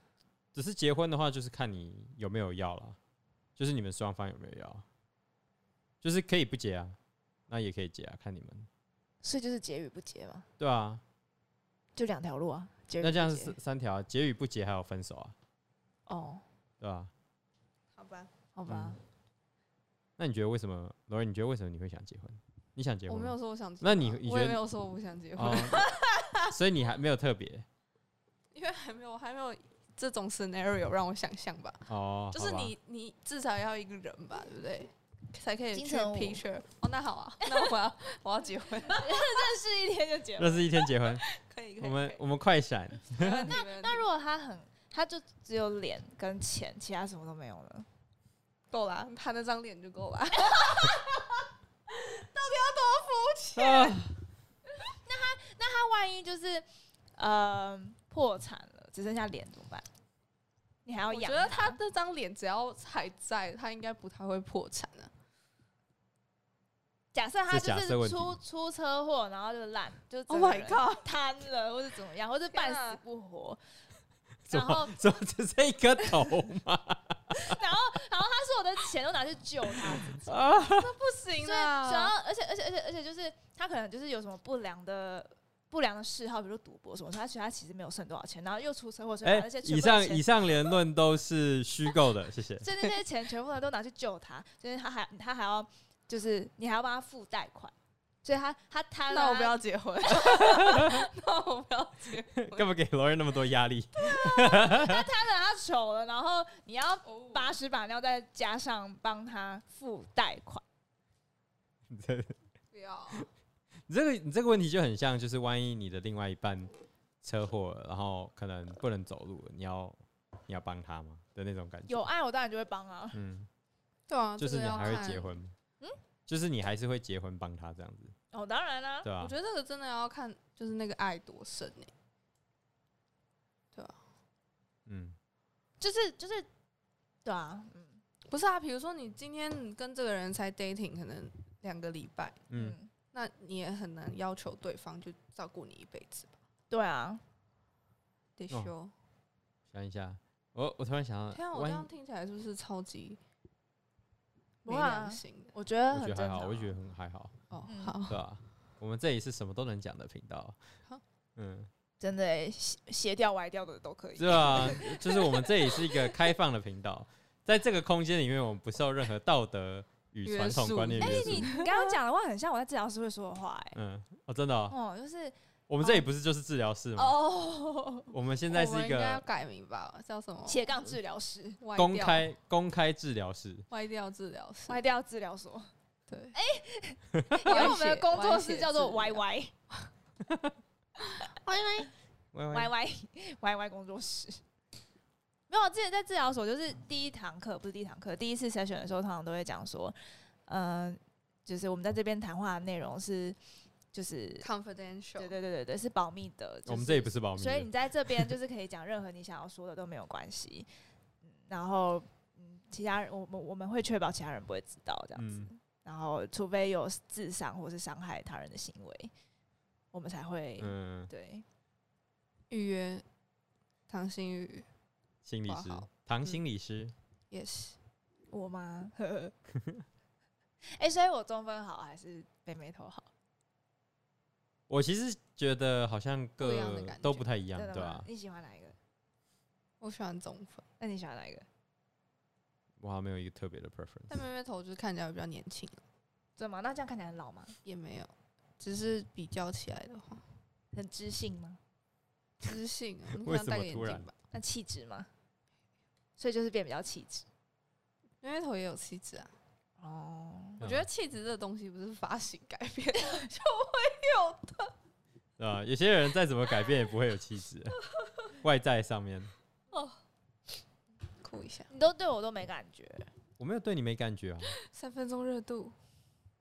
[SPEAKER 3] 只是结婚的话，就是看你有没有要啦。就是你们双方有没有要，就是可以不结啊，那也可以结啊，看你们。
[SPEAKER 2] 所以就是结与不结嘛，
[SPEAKER 3] 对啊，
[SPEAKER 2] 就两条路啊。结与
[SPEAKER 3] 那
[SPEAKER 2] 不
[SPEAKER 3] 这样
[SPEAKER 2] 结
[SPEAKER 3] 是三三条、啊，结与不结还有分手啊，
[SPEAKER 2] 哦，
[SPEAKER 3] 对吧、
[SPEAKER 1] 好吧，
[SPEAKER 2] 好
[SPEAKER 3] 嗯
[SPEAKER 2] 吧，
[SPEAKER 3] 那你觉得为什么，罗仁？你觉得为什么你会想结婚？你想结
[SPEAKER 1] 我
[SPEAKER 3] 婚吗？
[SPEAKER 1] 没有说我想结婚啊，
[SPEAKER 3] 那你你
[SPEAKER 1] 我也
[SPEAKER 3] 觉
[SPEAKER 1] 没
[SPEAKER 3] 得
[SPEAKER 1] 有说我不想结婚，
[SPEAKER 3] 哦 所以你还没有特别
[SPEAKER 1] 因为还没有还没有这种 scenario 让我想象吧。
[SPEAKER 3] 哦，
[SPEAKER 1] 就是
[SPEAKER 3] 好吧
[SPEAKER 1] 你你至少要一个人吧，对不对？才可以
[SPEAKER 2] 金
[SPEAKER 1] 去
[SPEAKER 2] 城武
[SPEAKER 1] picture。哦，那好啊，那我要我要结婚，
[SPEAKER 2] 但是一天就结了。
[SPEAKER 3] 认识一天 结婚，
[SPEAKER 1] 可以可
[SPEAKER 3] 我
[SPEAKER 1] 以。
[SPEAKER 3] 们我们快闪，
[SPEAKER 1] 那
[SPEAKER 2] 那
[SPEAKER 1] 那
[SPEAKER 2] 如果他很，他就只有脸跟钱，其他什么都没有了。
[SPEAKER 1] 够啦，他那张脸就够啦。
[SPEAKER 3] 啊
[SPEAKER 2] 那万一就是呃破产了，只剩下脸怎么办？你还要
[SPEAKER 1] 我觉
[SPEAKER 2] 养？
[SPEAKER 1] 得他那张脸只要还在，他应该不太会破产啊。
[SPEAKER 2] 假设他
[SPEAKER 3] 是假设
[SPEAKER 2] 就
[SPEAKER 3] 问
[SPEAKER 2] 是
[SPEAKER 3] 题
[SPEAKER 2] 出出车祸，然后就烂，就
[SPEAKER 1] Oh my
[SPEAKER 2] 整个人
[SPEAKER 1] god！
[SPEAKER 2] 瘫了，或者怎么样，或者
[SPEAKER 1] 天
[SPEAKER 2] 半
[SPEAKER 1] 啊
[SPEAKER 2] 死不活。
[SPEAKER 3] 怎
[SPEAKER 2] 然后
[SPEAKER 3] 么，怎么只剩一颗 头吗？
[SPEAKER 2] 然后，然后他说我的钱都拿去救他自己，
[SPEAKER 3] 啊，
[SPEAKER 1] 不行
[SPEAKER 2] 所以主要
[SPEAKER 1] 啊！，
[SPEAKER 2] 而且而且而且而且就是他可能就是有什么不良的不良的嗜好，比如说赌博什么，所以他其实他其实没有剩多少钱，然后又出车祸，
[SPEAKER 1] 啊
[SPEAKER 2] 所以把
[SPEAKER 3] 哎
[SPEAKER 2] 那些，全
[SPEAKER 3] 以
[SPEAKER 2] 部的
[SPEAKER 3] 上
[SPEAKER 2] 钱
[SPEAKER 3] 以上言论都是虚构的，谢谢。
[SPEAKER 2] 所以那些钱全部都拿去救他，就是他还他还要就是你还要帮他付贷款，所以他他贪了啊，
[SPEAKER 1] 那我不要结 婚， 那我不要结婚。
[SPEAKER 3] 干嘛给罗仁那么多压力？
[SPEAKER 2] 贪了他丑了，然后你要
[SPEAKER 1] 哦
[SPEAKER 2] 把屎把尿再加上帮他付贷款，
[SPEAKER 3] 你这
[SPEAKER 1] 不要，
[SPEAKER 3] 你这个你这个问题就很像，就是万一你的另外一半车祸了，然后可能不能走路了，你要你要帮他吗的那种感觉？
[SPEAKER 2] 有爱我当然就会帮啊，
[SPEAKER 3] 嗯，
[SPEAKER 1] 对啊，
[SPEAKER 3] 就是你
[SPEAKER 1] 这个要
[SPEAKER 3] 还会
[SPEAKER 1] 看嗯
[SPEAKER 3] 结。婚？就是你还是会结婚帮他这样子，
[SPEAKER 2] 哦当然啦、
[SPEAKER 3] 对啊吧、
[SPEAKER 1] 啊我觉得这个真的要看，就是那个爱多深欸呢、
[SPEAKER 3] 嗯，
[SPEAKER 2] 就是就是对啊，嗯
[SPEAKER 1] 不是啊，比如说你今天你跟这个人才 dating 可能两个礼拜，
[SPEAKER 3] 嗯，
[SPEAKER 2] 嗯，
[SPEAKER 1] 那你也很难要求对方就照顾你一辈子吧？
[SPEAKER 2] 对啊，
[SPEAKER 1] 得
[SPEAKER 3] 哦
[SPEAKER 1] 修。
[SPEAKER 3] 想一下，我我突然想到，
[SPEAKER 1] 天啊，我
[SPEAKER 3] 万
[SPEAKER 1] 这
[SPEAKER 3] 一
[SPEAKER 1] 样听起来是不是超级
[SPEAKER 2] 不
[SPEAKER 1] 没
[SPEAKER 2] 会啊
[SPEAKER 1] 良心的？
[SPEAKER 2] 我觉得
[SPEAKER 3] 我觉
[SPEAKER 2] 很
[SPEAKER 3] 得
[SPEAKER 2] 正
[SPEAKER 3] 还
[SPEAKER 2] 常
[SPEAKER 3] 好，
[SPEAKER 2] 啊，
[SPEAKER 3] 我觉得很还好，
[SPEAKER 1] 哦
[SPEAKER 2] 嗯，
[SPEAKER 1] 好，
[SPEAKER 3] 对吧、我们这里是什么都能讲的频道
[SPEAKER 1] 好，
[SPEAKER 3] 嗯，
[SPEAKER 2] 真的欸斜斜掉歪掉的都可以，
[SPEAKER 3] 是啊，就是我们这里是一个开放的频道，在这个空间里面，我们不受任何道德与
[SPEAKER 1] 约
[SPEAKER 3] 传统
[SPEAKER 1] 束
[SPEAKER 3] 观念
[SPEAKER 2] 哎、
[SPEAKER 3] 约
[SPEAKER 2] 你
[SPEAKER 3] 束。
[SPEAKER 2] 你刚刚讲的话很像我在治疗师会说的话、哎，
[SPEAKER 3] 嗯，哦，真的、哦，
[SPEAKER 2] 哦，就是
[SPEAKER 3] 我们这里不是就是治疗室吗？
[SPEAKER 2] 哦，
[SPEAKER 3] 我 们现
[SPEAKER 1] 哦我
[SPEAKER 3] 在
[SPEAKER 1] 们
[SPEAKER 3] 是一
[SPEAKER 1] 应该要
[SPEAKER 3] 个
[SPEAKER 1] 改名吧，叫什么？
[SPEAKER 2] 斜杠治疗师，
[SPEAKER 1] 歪
[SPEAKER 3] 公
[SPEAKER 1] 掉
[SPEAKER 3] 开公开治疗室，
[SPEAKER 1] 歪掉治疗师，
[SPEAKER 2] 歪掉治疗所，
[SPEAKER 1] 对，
[SPEAKER 2] 哎因为我们的
[SPEAKER 1] 歪斜
[SPEAKER 2] 工作
[SPEAKER 1] 歪
[SPEAKER 2] 室
[SPEAKER 1] 斜
[SPEAKER 2] 叫做
[SPEAKER 1] 治
[SPEAKER 2] 歪
[SPEAKER 1] 疗
[SPEAKER 2] 歪
[SPEAKER 1] 歪歪
[SPEAKER 3] 喂
[SPEAKER 2] 歪歪歪歪工作室。没有，之前在治疗所就是第一堂课，不是第一堂课，第一次筛选的时候，通常都会讲说，嗯、就是我们在这边谈话的内容是，就是对
[SPEAKER 1] confidential，
[SPEAKER 2] 对对对对，是保密的。就
[SPEAKER 3] 我们这里
[SPEAKER 2] 是
[SPEAKER 3] 不是保密
[SPEAKER 2] 所以你
[SPEAKER 3] 的，
[SPEAKER 2] 在这边就是可以讲任何你想要说的都没有关系。嗯，然后嗯，其他人我们我们会确保其他人不会知道这样子。
[SPEAKER 3] 嗯
[SPEAKER 2] 然后除非有自伤或是伤害他人的行为，我们才会、
[SPEAKER 3] 嗯，
[SPEAKER 2] 对
[SPEAKER 1] 预约唐心宇
[SPEAKER 3] 心理
[SPEAKER 1] 哇
[SPEAKER 3] 师
[SPEAKER 1] 好
[SPEAKER 3] 唐
[SPEAKER 1] 嗯
[SPEAKER 3] 心理师，
[SPEAKER 1] 也是
[SPEAKER 2] 我吗？ 呵呵哎、所以我中分好还是北美头好？
[SPEAKER 3] 我其实觉得好像
[SPEAKER 1] 不一样的
[SPEAKER 3] 各
[SPEAKER 1] 感
[SPEAKER 3] 都
[SPEAKER 1] 觉
[SPEAKER 3] 不太一样
[SPEAKER 2] 真，的
[SPEAKER 3] 对吧、
[SPEAKER 2] 吗？你喜欢哪一个？
[SPEAKER 1] 我喜欢中分，
[SPEAKER 2] 那你喜欢哪一个？
[SPEAKER 3] 我好像没有一个特别的 preference。
[SPEAKER 1] 但妹妹头就是看起来比较年轻，啊
[SPEAKER 2] 怎么？那这样看起来很老吗？
[SPEAKER 1] 也没有，只是比较起来的话，
[SPEAKER 2] 很知性吗？
[SPEAKER 1] 知性啊，你
[SPEAKER 3] 为
[SPEAKER 1] 可能
[SPEAKER 3] 什
[SPEAKER 1] 戴
[SPEAKER 3] 么
[SPEAKER 1] 个眼
[SPEAKER 3] 突然
[SPEAKER 1] 镜吧。
[SPEAKER 2] 那气质吗？所以就是变比较气质
[SPEAKER 1] 妹妹头也有气质啊，
[SPEAKER 2] 哦。
[SPEAKER 1] 我
[SPEAKER 3] 嗯
[SPEAKER 1] 觉得气质这东西不是发型改变就会有的。
[SPEAKER 3] 对吧？啊有些人再怎么改变也不会有气质， 外在上面，
[SPEAKER 1] 哭一下，
[SPEAKER 2] 你都对我都没感觉，
[SPEAKER 3] 我没有对你没感觉啊，
[SPEAKER 1] 三分钟热度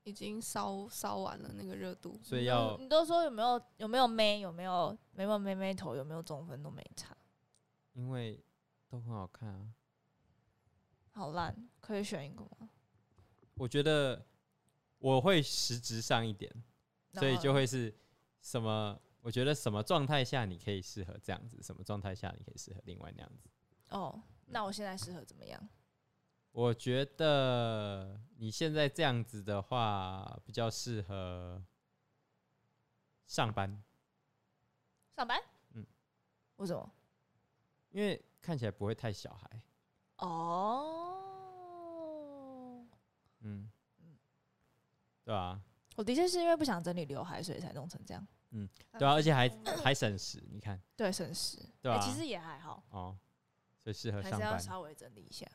[SPEAKER 1] 已经烧烧完了那个热度，
[SPEAKER 3] 所以要
[SPEAKER 2] 你都说有没有有没有妹有没有没有妹妹头有没有中分都没差，
[SPEAKER 3] 因为都很好看啊。
[SPEAKER 2] 好烂，可以选一个吗？
[SPEAKER 3] 我觉得我会实质上一点，所以就会是什么？我觉得什么状态下你可以适合这样子，什么状态下你可以适合另外那样子。
[SPEAKER 2] 然后哦，那我现在适合怎么样？
[SPEAKER 3] 我觉得你现在这样子的话，比较适合上班，
[SPEAKER 2] 上班？
[SPEAKER 3] 嗯，
[SPEAKER 2] 为什么？
[SPEAKER 3] 因为看起来不会太小孩。
[SPEAKER 2] 哦，
[SPEAKER 3] 嗯，对啊，
[SPEAKER 2] 我的确是因为不想整理刘海，所以才弄成这样。
[SPEAKER 3] 对啊，而且还还省时，你看，
[SPEAKER 2] 对，省时。
[SPEAKER 3] 对
[SPEAKER 2] 嗯
[SPEAKER 3] 啊
[SPEAKER 2] 哎其实也还好，
[SPEAKER 3] 哦，所以适合
[SPEAKER 2] 还
[SPEAKER 3] 上
[SPEAKER 2] 是要
[SPEAKER 3] 班。
[SPEAKER 2] 稍微整理一下。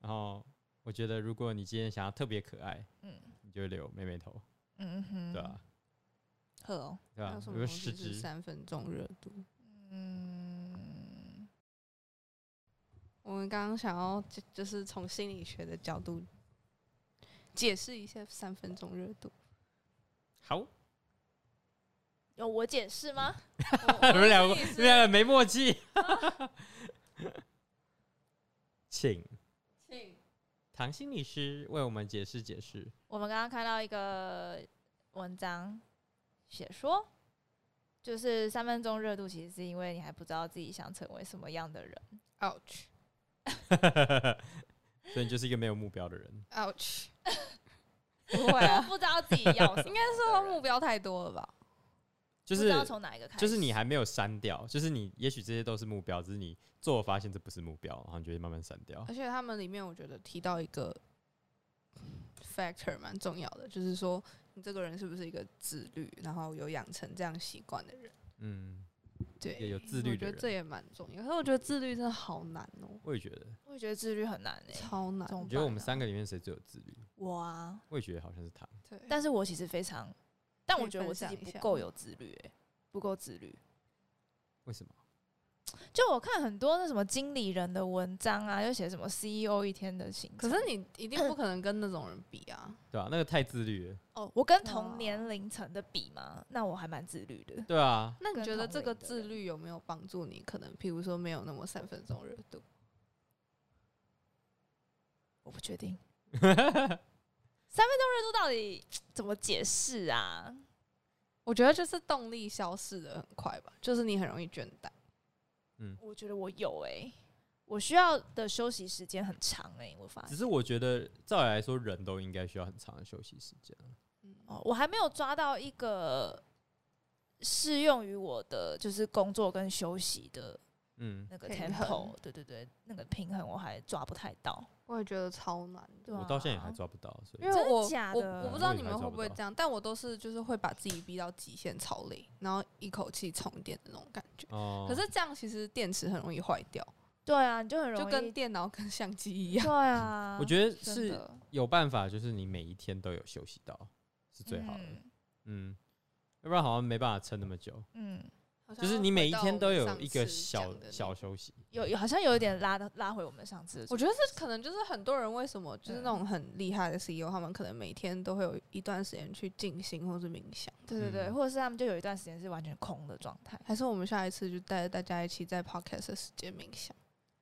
[SPEAKER 3] 然后我觉得，如果你今天想要特别可爱，
[SPEAKER 2] 嗯
[SPEAKER 3] 你就留妹妹头，
[SPEAKER 2] 嗯哼，
[SPEAKER 3] 对啊，
[SPEAKER 2] 呵哦，
[SPEAKER 3] 对
[SPEAKER 1] 还有
[SPEAKER 3] 啊，
[SPEAKER 1] 什
[SPEAKER 3] 比
[SPEAKER 1] 么
[SPEAKER 3] 如
[SPEAKER 1] 东
[SPEAKER 3] 十
[SPEAKER 1] 西是
[SPEAKER 3] 只，
[SPEAKER 1] 三分钟热度？
[SPEAKER 2] 嗯，
[SPEAKER 1] 我们刚刚想要就就是从心理学的角度解释一下三分钟热度。
[SPEAKER 3] 好，
[SPEAKER 2] 有我解释吗？
[SPEAKER 3] 你们两个
[SPEAKER 1] 我自己
[SPEAKER 3] 你
[SPEAKER 1] 是
[SPEAKER 3] 们两个没默 契， 请唐心理师为我们解释解释。
[SPEAKER 2] 我们刚刚看到一个文章写说，就是三分钟热度，其实是因为你还不知道自己想成为什么样的人。
[SPEAKER 1] Ouch
[SPEAKER 3] 所以你就是一个没有目标的人。
[SPEAKER 1] ouch，不会啊，
[SPEAKER 2] 不知道自己要什么，
[SPEAKER 1] 应该是目标太多了吧？
[SPEAKER 3] 就
[SPEAKER 2] 不知
[SPEAKER 3] 是
[SPEAKER 2] 道从哪一个开始，
[SPEAKER 3] 就是你还没有删掉，就是你也许这些都是目标，只是你做了发现这不是目标，然后你就会慢慢删掉
[SPEAKER 2] 呃
[SPEAKER 1] 而。且他们里面我觉得提到一个 factor 蛮重要的，就是说你这个人是不是一个自律，然后有养成这样习惯的人。
[SPEAKER 3] 嗯，
[SPEAKER 1] 对，
[SPEAKER 3] 也有自律
[SPEAKER 1] 我觉
[SPEAKER 3] 的
[SPEAKER 1] 得这
[SPEAKER 3] 人，
[SPEAKER 1] 也蛮重要。可是我觉得自律真的好难哦、
[SPEAKER 3] 我也觉得。
[SPEAKER 2] 我也觉得自律很难欸诶、
[SPEAKER 1] 超难。
[SPEAKER 2] 怎么
[SPEAKER 3] 你觉得我
[SPEAKER 2] 办
[SPEAKER 3] 们
[SPEAKER 2] 啊
[SPEAKER 3] 三个里面谁最有自律？
[SPEAKER 2] 我啊，
[SPEAKER 3] 我也觉得好像是他。
[SPEAKER 1] 对，但
[SPEAKER 2] 但是我其实非常，但
[SPEAKER 1] 可以
[SPEAKER 2] 我觉得我自己
[SPEAKER 1] 分享一
[SPEAKER 2] 不
[SPEAKER 1] 下
[SPEAKER 2] 够
[SPEAKER 1] 吗
[SPEAKER 2] 有自律、欸，不够自律。
[SPEAKER 3] 为什么？
[SPEAKER 2] 就我看很多那什么经理人的文章啊，就写什么 CEO 一天的行
[SPEAKER 1] 可
[SPEAKER 2] 程。
[SPEAKER 1] 是你一定不可能跟那种人比啊。
[SPEAKER 3] 对啊，那个太自律了。
[SPEAKER 2] 哦，我跟
[SPEAKER 1] 哇
[SPEAKER 2] 同年龄层的比嘛，那我还蛮自律的。
[SPEAKER 3] 对啊，
[SPEAKER 1] 那你
[SPEAKER 2] 跟
[SPEAKER 1] 觉得
[SPEAKER 2] 同
[SPEAKER 1] 这个
[SPEAKER 2] 龄的
[SPEAKER 1] 自
[SPEAKER 2] 人
[SPEAKER 1] 律有没有帮助你？可能比如说没有那么三分钟热度，
[SPEAKER 2] 我不确定。三分钟热度到底怎么解释啊？
[SPEAKER 1] 我觉得就是动力消逝的很快吧，就是你很容易倦怠。
[SPEAKER 2] 我觉得我有诶、我需要的休息时间很长诶、我发
[SPEAKER 3] 只
[SPEAKER 2] 现
[SPEAKER 3] 是我觉得照理来说，人都应该需要很长的休息时间啊。
[SPEAKER 1] 嗯
[SPEAKER 2] 哦，我还没有抓到一个适用于我的就是工作跟休息的
[SPEAKER 3] 嗯，
[SPEAKER 2] 那个
[SPEAKER 1] 平
[SPEAKER 2] tempo，
[SPEAKER 1] 衡
[SPEAKER 2] 对对对，那个平衡我还抓不太到。
[SPEAKER 1] 我也觉得超难的。
[SPEAKER 2] 对
[SPEAKER 3] 我到现在也
[SPEAKER 2] 啊
[SPEAKER 3] 还抓不到，所以
[SPEAKER 1] 因为
[SPEAKER 2] 真的
[SPEAKER 1] 我
[SPEAKER 2] 假
[SPEAKER 1] 我
[SPEAKER 2] 的
[SPEAKER 1] 我不知道
[SPEAKER 3] 我也
[SPEAKER 1] 你们
[SPEAKER 3] 还
[SPEAKER 1] 会
[SPEAKER 3] 找
[SPEAKER 1] 不
[SPEAKER 3] 不
[SPEAKER 1] 会
[SPEAKER 3] 到
[SPEAKER 1] 这样，但我都是就是会把自己逼到极限超累，然后一口气充电的那种感觉。
[SPEAKER 3] 哦，
[SPEAKER 1] 可是这样其实电池很容易坏掉，
[SPEAKER 2] 对啊，你就很容易
[SPEAKER 1] 就跟电脑跟相机一样。
[SPEAKER 2] 对啊，
[SPEAKER 3] 我觉得
[SPEAKER 2] 真
[SPEAKER 3] 是
[SPEAKER 2] 的
[SPEAKER 3] 有办法，就是你每一天都有休息到是最好的。
[SPEAKER 2] 嗯
[SPEAKER 3] 嗯，要不然好像没办法撑那么久。
[SPEAKER 2] 嗯，
[SPEAKER 1] 好像
[SPEAKER 3] 就是
[SPEAKER 1] 要
[SPEAKER 3] 你
[SPEAKER 1] 啊回
[SPEAKER 3] 每一
[SPEAKER 1] 到
[SPEAKER 3] 天
[SPEAKER 1] 我
[SPEAKER 3] 都
[SPEAKER 1] 们
[SPEAKER 3] 有
[SPEAKER 1] 上
[SPEAKER 3] 一个
[SPEAKER 1] 次
[SPEAKER 3] 小
[SPEAKER 1] 讲的那
[SPEAKER 3] 小
[SPEAKER 1] 个
[SPEAKER 3] 休息，
[SPEAKER 2] 有有好像有一点拉的拉回我们上次的主
[SPEAKER 1] 我
[SPEAKER 2] 题，
[SPEAKER 1] 觉得这可能就是很多人为什么就是
[SPEAKER 2] 嗯
[SPEAKER 1] 那种很厉害的 CEO，他们可能每天都会有一段时间去静心或是冥想。
[SPEAKER 2] 对对对，
[SPEAKER 3] 嗯
[SPEAKER 2] 或者是他们就有一段时间是完全空的状态，
[SPEAKER 1] 还是我们下一次就带大家一起在 podcast 的时间冥想？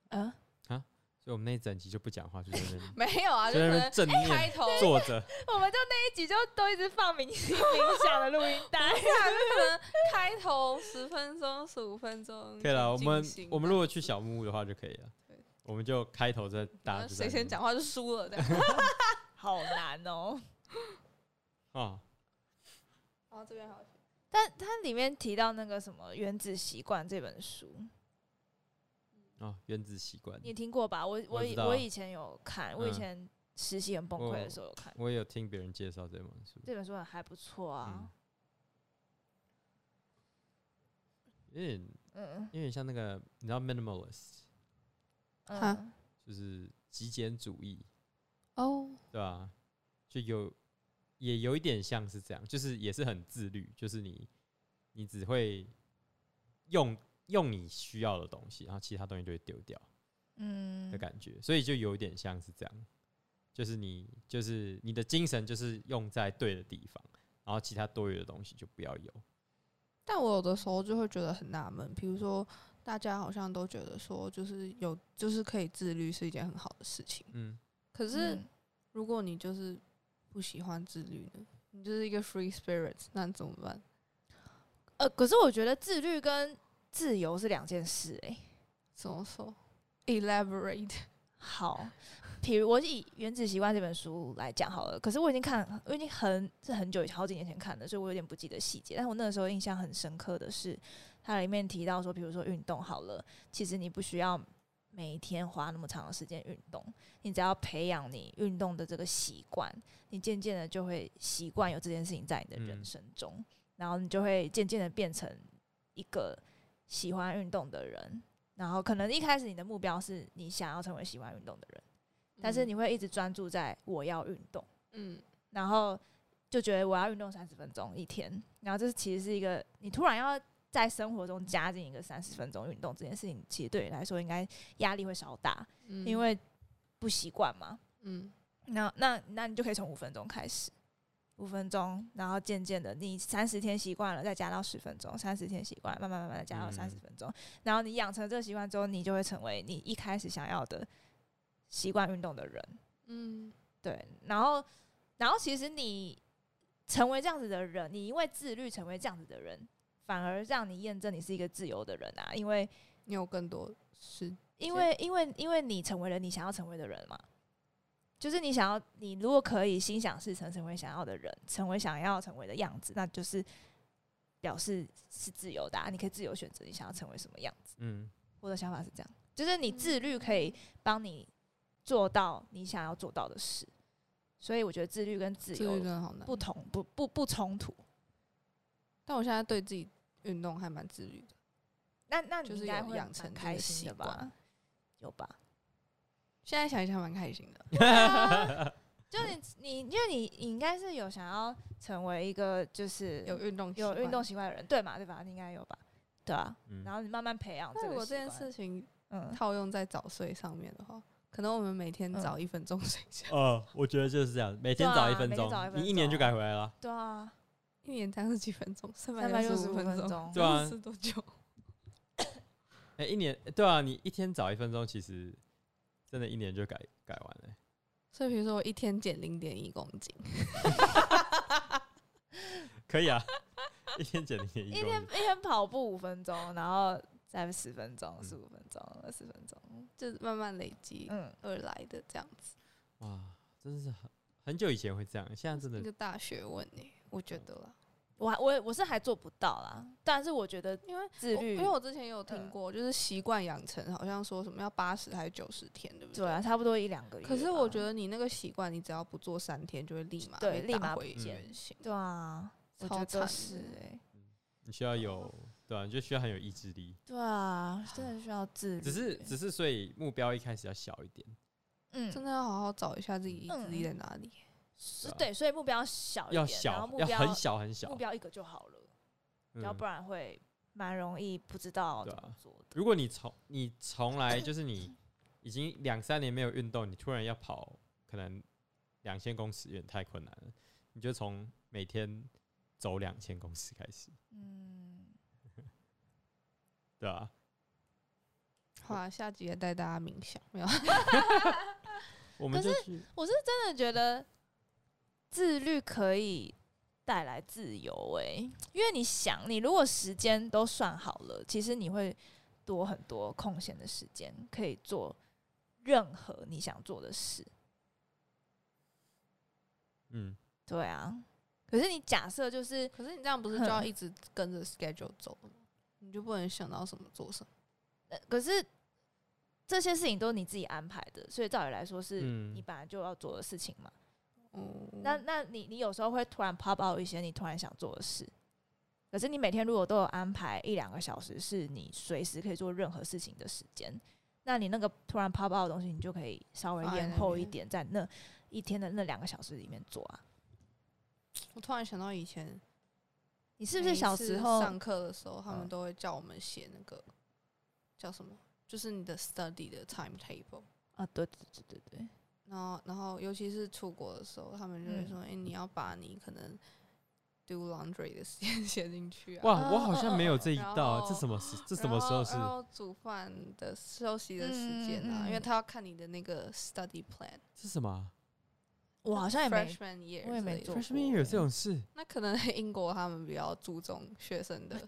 [SPEAKER 2] 嗯，
[SPEAKER 3] 所以我们那一整集就不讲话，就在那 边
[SPEAKER 1] 没有啊，
[SPEAKER 3] 就
[SPEAKER 1] 就
[SPEAKER 3] 在
[SPEAKER 1] 可
[SPEAKER 3] 那
[SPEAKER 1] 能
[SPEAKER 3] 边正
[SPEAKER 1] 开
[SPEAKER 3] 念
[SPEAKER 1] 头 啊，
[SPEAKER 3] 坐着。
[SPEAKER 2] 我们就那一集就都一直放明星冥想的录音带，
[SPEAKER 1] 啊就可能开头十分钟、十五分钟。
[SPEAKER 3] 可以了，我
[SPEAKER 1] 静
[SPEAKER 3] 们
[SPEAKER 1] 心
[SPEAKER 3] 我
[SPEAKER 1] 这
[SPEAKER 3] 们如
[SPEAKER 1] 样
[SPEAKER 3] 果去小木屋的话就可以了
[SPEAKER 1] 对。
[SPEAKER 3] 我们就开头在大家
[SPEAKER 1] 然后
[SPEAKER 3] 就
[SPEAKER 1] 嗯谁
[SPEAKER 3] 在那
[SPEAKER 1] 先
[SPEAKER 3] 边
[SPEAKER 1] 讲话就输了这 样。
[SPEAKER 2] 好难哦。
[SPEAKER 3] 啊？
[SPEAKER 1] 然后这边好，
[SPEAKER 2] 但它里面提到那个什么《原子习惯》这本书，
[SPEAKER 3] 哦，原子习惯
[SPEAKER 2] 你，也听过吧？我
[SPEAKER 3] 我
[SPEAKER 2] 我
[SPEAKER 3] 知
[SPEAKER 2] 以
[SPEAKER 3] 道
[SPEAKER 2] 我以前有看，我以
[SPEAKER 3] 嗯
[SPEAKER 2] 前实习很崩溃
[SPEAKER 3] 我
[SPEAKER 2] 的时候有看
[SPEAKER 3] 我也有听别人介绍这本书，
[SPEAKER 2] 这本书，还不错
[SPEAKER 3] 嗯
[SPEAKER 2] 啊。，
[SPEAKER 3] 有点
[SPEAKER 2] 嗯
[SPEAKER 3] 有点像那个你知道 minimalist
[SPEAKER 1] 哈
[SPEAKER 2] 嗯，
[SPEAKER 3] 就是极简主义，
[SPEAKER 1] 哦，
[SPEAKER 3] 对吧、就有也有一点像是这样，就是也是很自律，就是你你只会用用你需要的东西，然后其他东西就会丢掉。的
[SPEAKER 2] 嗯，
[SPEAKER 3] 感觉，所以就有点像是这样，就是你就是你的精神就是用在对的地方，然后其他多余的东西就不要有。
[SPEAKER 1] 但我有的时候就会觉得很纳闷，比如说大家好像都觉得说，就是有就是可以自律是一件很好的事情，
[SPEAKER 3] 嗯，
[SPEAKER 1] 可
[SPEAKER 2] 可
[SPEAKER 1] 是。如果你就是不喜欢自律呢？你就是一个 free spirit，那你怎么办？
[SPEAKER 2] 呃，可是我觉得自律跟自由是两件事、欸，
[SPEAKER 1] 怎么说？Elaborate，
[SPEAKER 2] 好，比如我以《原子习惯》这本书来讲好了，可是我已经看，我已经很是很久以前好几年前看的，所以我有点不记得细节。但我那个时候印象很深刻的是，它里面提到说，比如说运动好了，其实你不需要每天花那么长的时间运动，你只要培养你运动的这个习惯，你渐渐的就会习惯有这件事情在你的人
[SPEAKER 3] 嗯
[SPEAKER 2] 生中，然后你就会渐渐的变成一个喜欢运动的人。然后可能一开始你的目标是你想要成为喜欢运动的人，但是你会一直专注在我要运动，
[SPEAKER 1] 嗯
[SPEAKER 2] 然后就觉得我要运动三十分钟一天，然后这其实是一个你突然要在生活中加进一个三十分钟运动这件事情，其实对你来说应该压力会稍大，
[SPEAKER 1] 嗯
[SPEAKER 2] 因为不习惯嘛。
[SPEAKER 1] 嗯
[SPEAKER 2] 那那那你就可以从五分钟开始，五分钟，然后渐渐的，你三十天习惯了，再加到十分钟，三十天习惯，慢慢慢慢地加到三十
[SPEAKER 3] 嗯
[SPEAKER 2] 分钟，然后你养成这个习惯之后，你就会成为你一开始想要的习惯运动的人。
[SPEAKER 1] 嗯
[SPEAKER 2] 对，然后然后其实你成为这样子的人，你因为自律成为这样子的人，反而让你验证你是一个自由的人啊，因为
[SPEAKER 1] 你有更多是
[SPEAKER 2] 因为因为因为你成为了你想要成为的人嘛，就是你想要，你如果可以心想事成，成为想要的人，成为想要成为的样子，那就是表示是自由的、啊，你可以自由选择你想要成为什么样子。
[SPEAKER 3] 嗯
[SPEAKER 2] 我的想法是这样，就是你自律可以帮你做到你想要做到的事，所以我觉得自律跟自
[SPEAKER 1] 自律真
[SPEAKER 2] 由
[SPEAKER 1] 的好难
[SPEAKER 2] 不。同，不不不冲突。
[SPEAKER 1] 但我现在对自己运动还蛮自律的，
[SPEAKER 2] 那那你
[SPEAKER 1] 就是
[SPEAKER 2] 应该
[SPEAKER 1] 有
[SPEAKER 2] 会
[SPEAKER 1] 养
[SPEAKER 2] 蛮
[SPEAKER 1] 成这个
[SPEAKER 2] 开心
[SPEAKER 1] 习
[SPEAKER 2] 的吧
[SPEAKER 1] 惯？
[SPEAKER 2] 有吧？
[SPEAKER 1] 现在想一想蛮开心的。
[SPEAKER 2] 啊就你你，因为你你应该是有想要成为一个就是
[SPEAKER 1] 有运动习
[SPEAKER 2] 有
[SPEAKER 1] 惯，
[SPEAKER 2] 运动习惯的人，对嘛？对吧？你应该有吧？对啊。
[SPEAKER 3] 嗯
[SPEAKER 2] 然后你慢慢培养这
[SPEAKER 1] 那如
[SPEAKER 2] 个
[SPEAKER 1] 果
[SPEAKER 2] 习
[SPEAKER 1] 这件
[SPEAKER 2] 惯，
[SPEAKER 1] 事情
[SPEAKER 2] 嗯，
[SPEAKER 1] 套用在早睡上面的话，可能我们每天
[SPEAKER 2] 嗯
[SPEAKER 1] 早一分钟睡觉，
[SPEAKER 3] 呃，我觉得就是这样，每天
[SPEAKER 2] 对啊
[SPEAKER 3] 早一分
[SPEAKER 2] 每天
[SPEAKER 3] 钟
[SPEAKER 2] 早一，分
[SPEAKER 3] 你一年就
[SPEAKER 2] 钟
[SPEAKER 3] 改回来了。
[SPEAKER 2] 对啊，
[SPEAKER 1] 一年三十几分钟，三
[SPEAKER 2] 三
[SPEAKER 1] 百
[SPEAKER 2] 百
[SPEAKER 1] 六
[SPEAKER 2] 六
[SPEAKER 1] 十
[SPEAKER 2] 十
[SPEAKER 1] 五
[SPEAKER 2] 五
[SPEAKER 1] 分
[SPEAKER 2] 分
[SPEAKER 1] 钟，
[SPEAKER 2] 钟，
[SPEAKER 3] 对啊
[SPEAKER 1] 是多久？
[SPEAKER 3] 哎、一年对啊，你一天早一分钟，其实真的一年就改改完了、
[SPEAKER 1] 所以比如说我一天减零点一公斤，
[SPEAKER 3] 可以啊， 一天减零点一
[SPEAKER 2] 一
[SPEAKER 3] 公
[SPEAKER 2] 天
[SPEAKER 3] 斤
[SPEAKER 2] 一，天跑步五分钟，然后再十分钟、
[SPEAKER 3] 嗯
[SPEAKER 2] 十五分钟、二十分钟，
[SPEAKER 1] 就是慢慢累积
[SPEAKER 2] 嗯，
[SPEAKER 1] 而来的这样子，
[SPEAKER 3] 哇，真是很很久以前会这样，现在真
[SPEAKER 1] 一个
[SPEAKER 3] 的
[SPEAKER 1] 大学问呢、我觉得啦，
[SPEAKER 2] 我还我我是还做不到啦，但是我觉得
[SPEAKER 1] 因为
[SPEAKER 2] 自
[SPEAKER 1] 我
[SPEAKER 2] 律
[SPEAKER 1] 因为，我之前也有听
[SPEAKER 2] 嗯
[SPEAKER 1] 过，就是习惯养成，好像说什么要八十还是九十天，对不
[SPEAKER 2] 对啊，差不多一两个月吧。
[SPEAKER 1] 可是我觉得你那个习惯，你只要不做三天，就会立马被
[SPEAKER 2] 对立
[SPEAKER 1] 打
[SPEAKER 2] 马
[SPEAKER 1] 回
[SPEAKER 2] 不见
[SPEAKER 1] 原形，
[SPEAKER 2] 对啊，我
[SPEAKER 1] 超
[SPEAKER 2] 觉
[SPEAKER 1] 惨
[SPEAKER 2] 得
[SPEAKER 1] 的
[SPEAKER 2] 是哎，
[SPEAKER 3] 你需要有对啊，你就需要很有意志力。
[SPEAKER 2] 对啊，真的需要自欸律。
[SPEAKER 3] 只是只是，所以目标一开始要小一点，
[SPEAKER 2] 嗯
[SPEAKER 1] 真的要好好找一下自己意志力
[SPEAKER 2] 嗯
[SPEAKER 1] 在哪里。
[SPEAKER 2] 是
[SPEAKER 3] 对啊
[SPEAKER 2] 对，所以目标小一点，然
[SPEAKER 3] 要
[SPEAKER 2] 后
[SPEAKER 3] 小，
[SPEAKER 2] 目
[SPEAKER 3] 要
[SPEAKER 2] 标
[SPEAKER 3] 很小很小
[SPEAKER 2] 目。标一个就好了，要
[SPEAKER 3] 嗯
[SPEAKER 2] 不然会蛮容易不知道
[SPEAKER 3] 对
[SPEAKER 2] 怎
[SPEAKER 3] 啊
[SPEAKER 2] 么做的。
[SPEAKER 3] 如果你从你从来就是你已经两三年没有运动，你突然要跑可能两千公尺，有点太困难了。你就从每天走两千公尺开始，
[SPEAKER 2] 嗯，
[SPEAKER 3] 对吧、
[SPEAKER 1] 好啦，下集也带大家冥想，没有？
[SPEAKER 3] 我们
[SPEAKER 2] 可
[SPEAKER 3] 就去
[SPEAKER 2] 我是真的觉得自律可以带来自由诶、因为你想，你如果时间都算好了，其实你会多很多空闲的时间，可以做任何你想做的事。
[SPEAKER 3] 嗯，
[SPEAKER 2] 对啊，可是你假设就是
[SPEAKER 1] 可是你这样不是就要
[SPEAKER 2] 哼
[SPEAKER 1] 一直跟着 schedule 走了吗？ 你就不能想到什么做什么。
[SPEAKER 2] 呃可是这些事情都是你自己安排的，所以照理来说是
[SPEAKER 3] 嗯
[SPEAKER 2] 你本来就要做的事情嘛。
[SPEAKER 1] 嗯，
[SPEAKER 2] 那那你你有时候会突然 pop out 一些你突然想做的事，可是你每天如果都有安排一两个小时是你随时可以做任何事情的时间，那你那个突然 pop out 的东西，你就可以稍微
[SPEAKER 1] 放在
[SPEAKER 2] 延
[SPEAKER 1] 那
[SPEAKER 2] 后一
[SPEAKER 1] 边
[SPEAKER 2] 点，在那一天的那两个小时里面做啊。
[SPEAKER 1] 我突然想到以前
[SPEAKER 2] 你是不
[SPEAKER 1] 每
[SPEAKER 2] 是
[SPEAKER 1] 一
[SPEAKER 2] 小
[SPEAKER 1] 次
[SPEAKER 2] 时候？
[SPEAKER 1] 上课的时候，他们
[SPEAKER 2] 嗯
[SPEAKER 1] 都会叫我们写那个叫什么？就是你的 study 的 timetable。
[SPEAKER 2] 啊，对对对对对，
[SPEAKER 1] 然后，然后尤其是出国的时候，他们就会
[SPEAKER 2] 嗯
[SPEAKER 1] 说：“哎、你要把你可能 do laundry 的时间写进去啊。”
[SPEAKER 3] 哇，我好像没有这一
[SPEAKER 1] 然
[SPEAKER 3] 道，这
[SPEAKER 1] 后
[SPEAKER 3] 什么时？这什
[SPEAKER 1] 然
[SPEAKER 3] 么时候
[SPEAKER 1] 后
[SPEAKER 3] 是
[SPEAKER 1] 然？后煮饭的休息的时间啊，
[SPEAKER 2] 嗯嗯嗯
[SPEAKER 1] 因为他要看你的那个 study plan。
[SPEAKER 3] 这什么啊
[SPEAKER 2] 我好像也没
[SPEAKER 1] freshman year，
[SPEAKER 2] 我也没
[SPEAKER 1] 之类的
[SPEAKER 2] 做过
[SPEAKER 3] ？Freshman year 有这种事？
[SPEAKER 1] 那可能英国他们比较注重学生 的，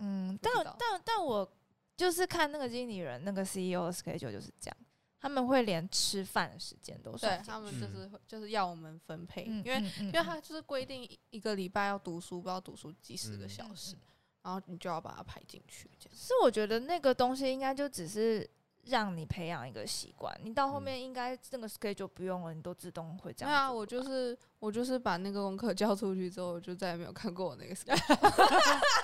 [SPEAKER 2] 嗯，
[SPEAKER 1] 不
[SPEAKER 2] 但
[SPEAKER 1] 知道
[SPEAKER 2] 但但我就是看那个经理人那个 CEO 的 E schedule 就是这样，他们会连吃饭的时间都
[SPEAKER 1] 对
[SPEAKER 2] 算进
[SPEAKER 1] 他
[SPEAKER 2] 去，
[SPEAKER 1] 们就是会就是要我们分配，
[SPEAKER 2] 嗯
[SPEAKER 1] 因为
[SPEAKER 2] 嗯嗯
[SPEAKER 1] 因为
[SPEAKER 2] 嗯
[SPEAKER 1] 他就是规定一一个礼拜要读书，不知道读书几十个
[SPEAKER 3] 嗯
[SPEAKER 1] 小时
[SPEAKER 2] 嗯，
[SPEAKER 1] 然后你就要把它排进去，这样。
[SPEAKER 2] 是我觉得那个东西应该就只是让你培养一个习惯，你到后面应该那个 schedule 不用了，你都自动会这样做了吧。
[SPEAKER 1] 那啊我就是我就是把那个功课交出去之后，我就再也没有看过我 那个 schedule。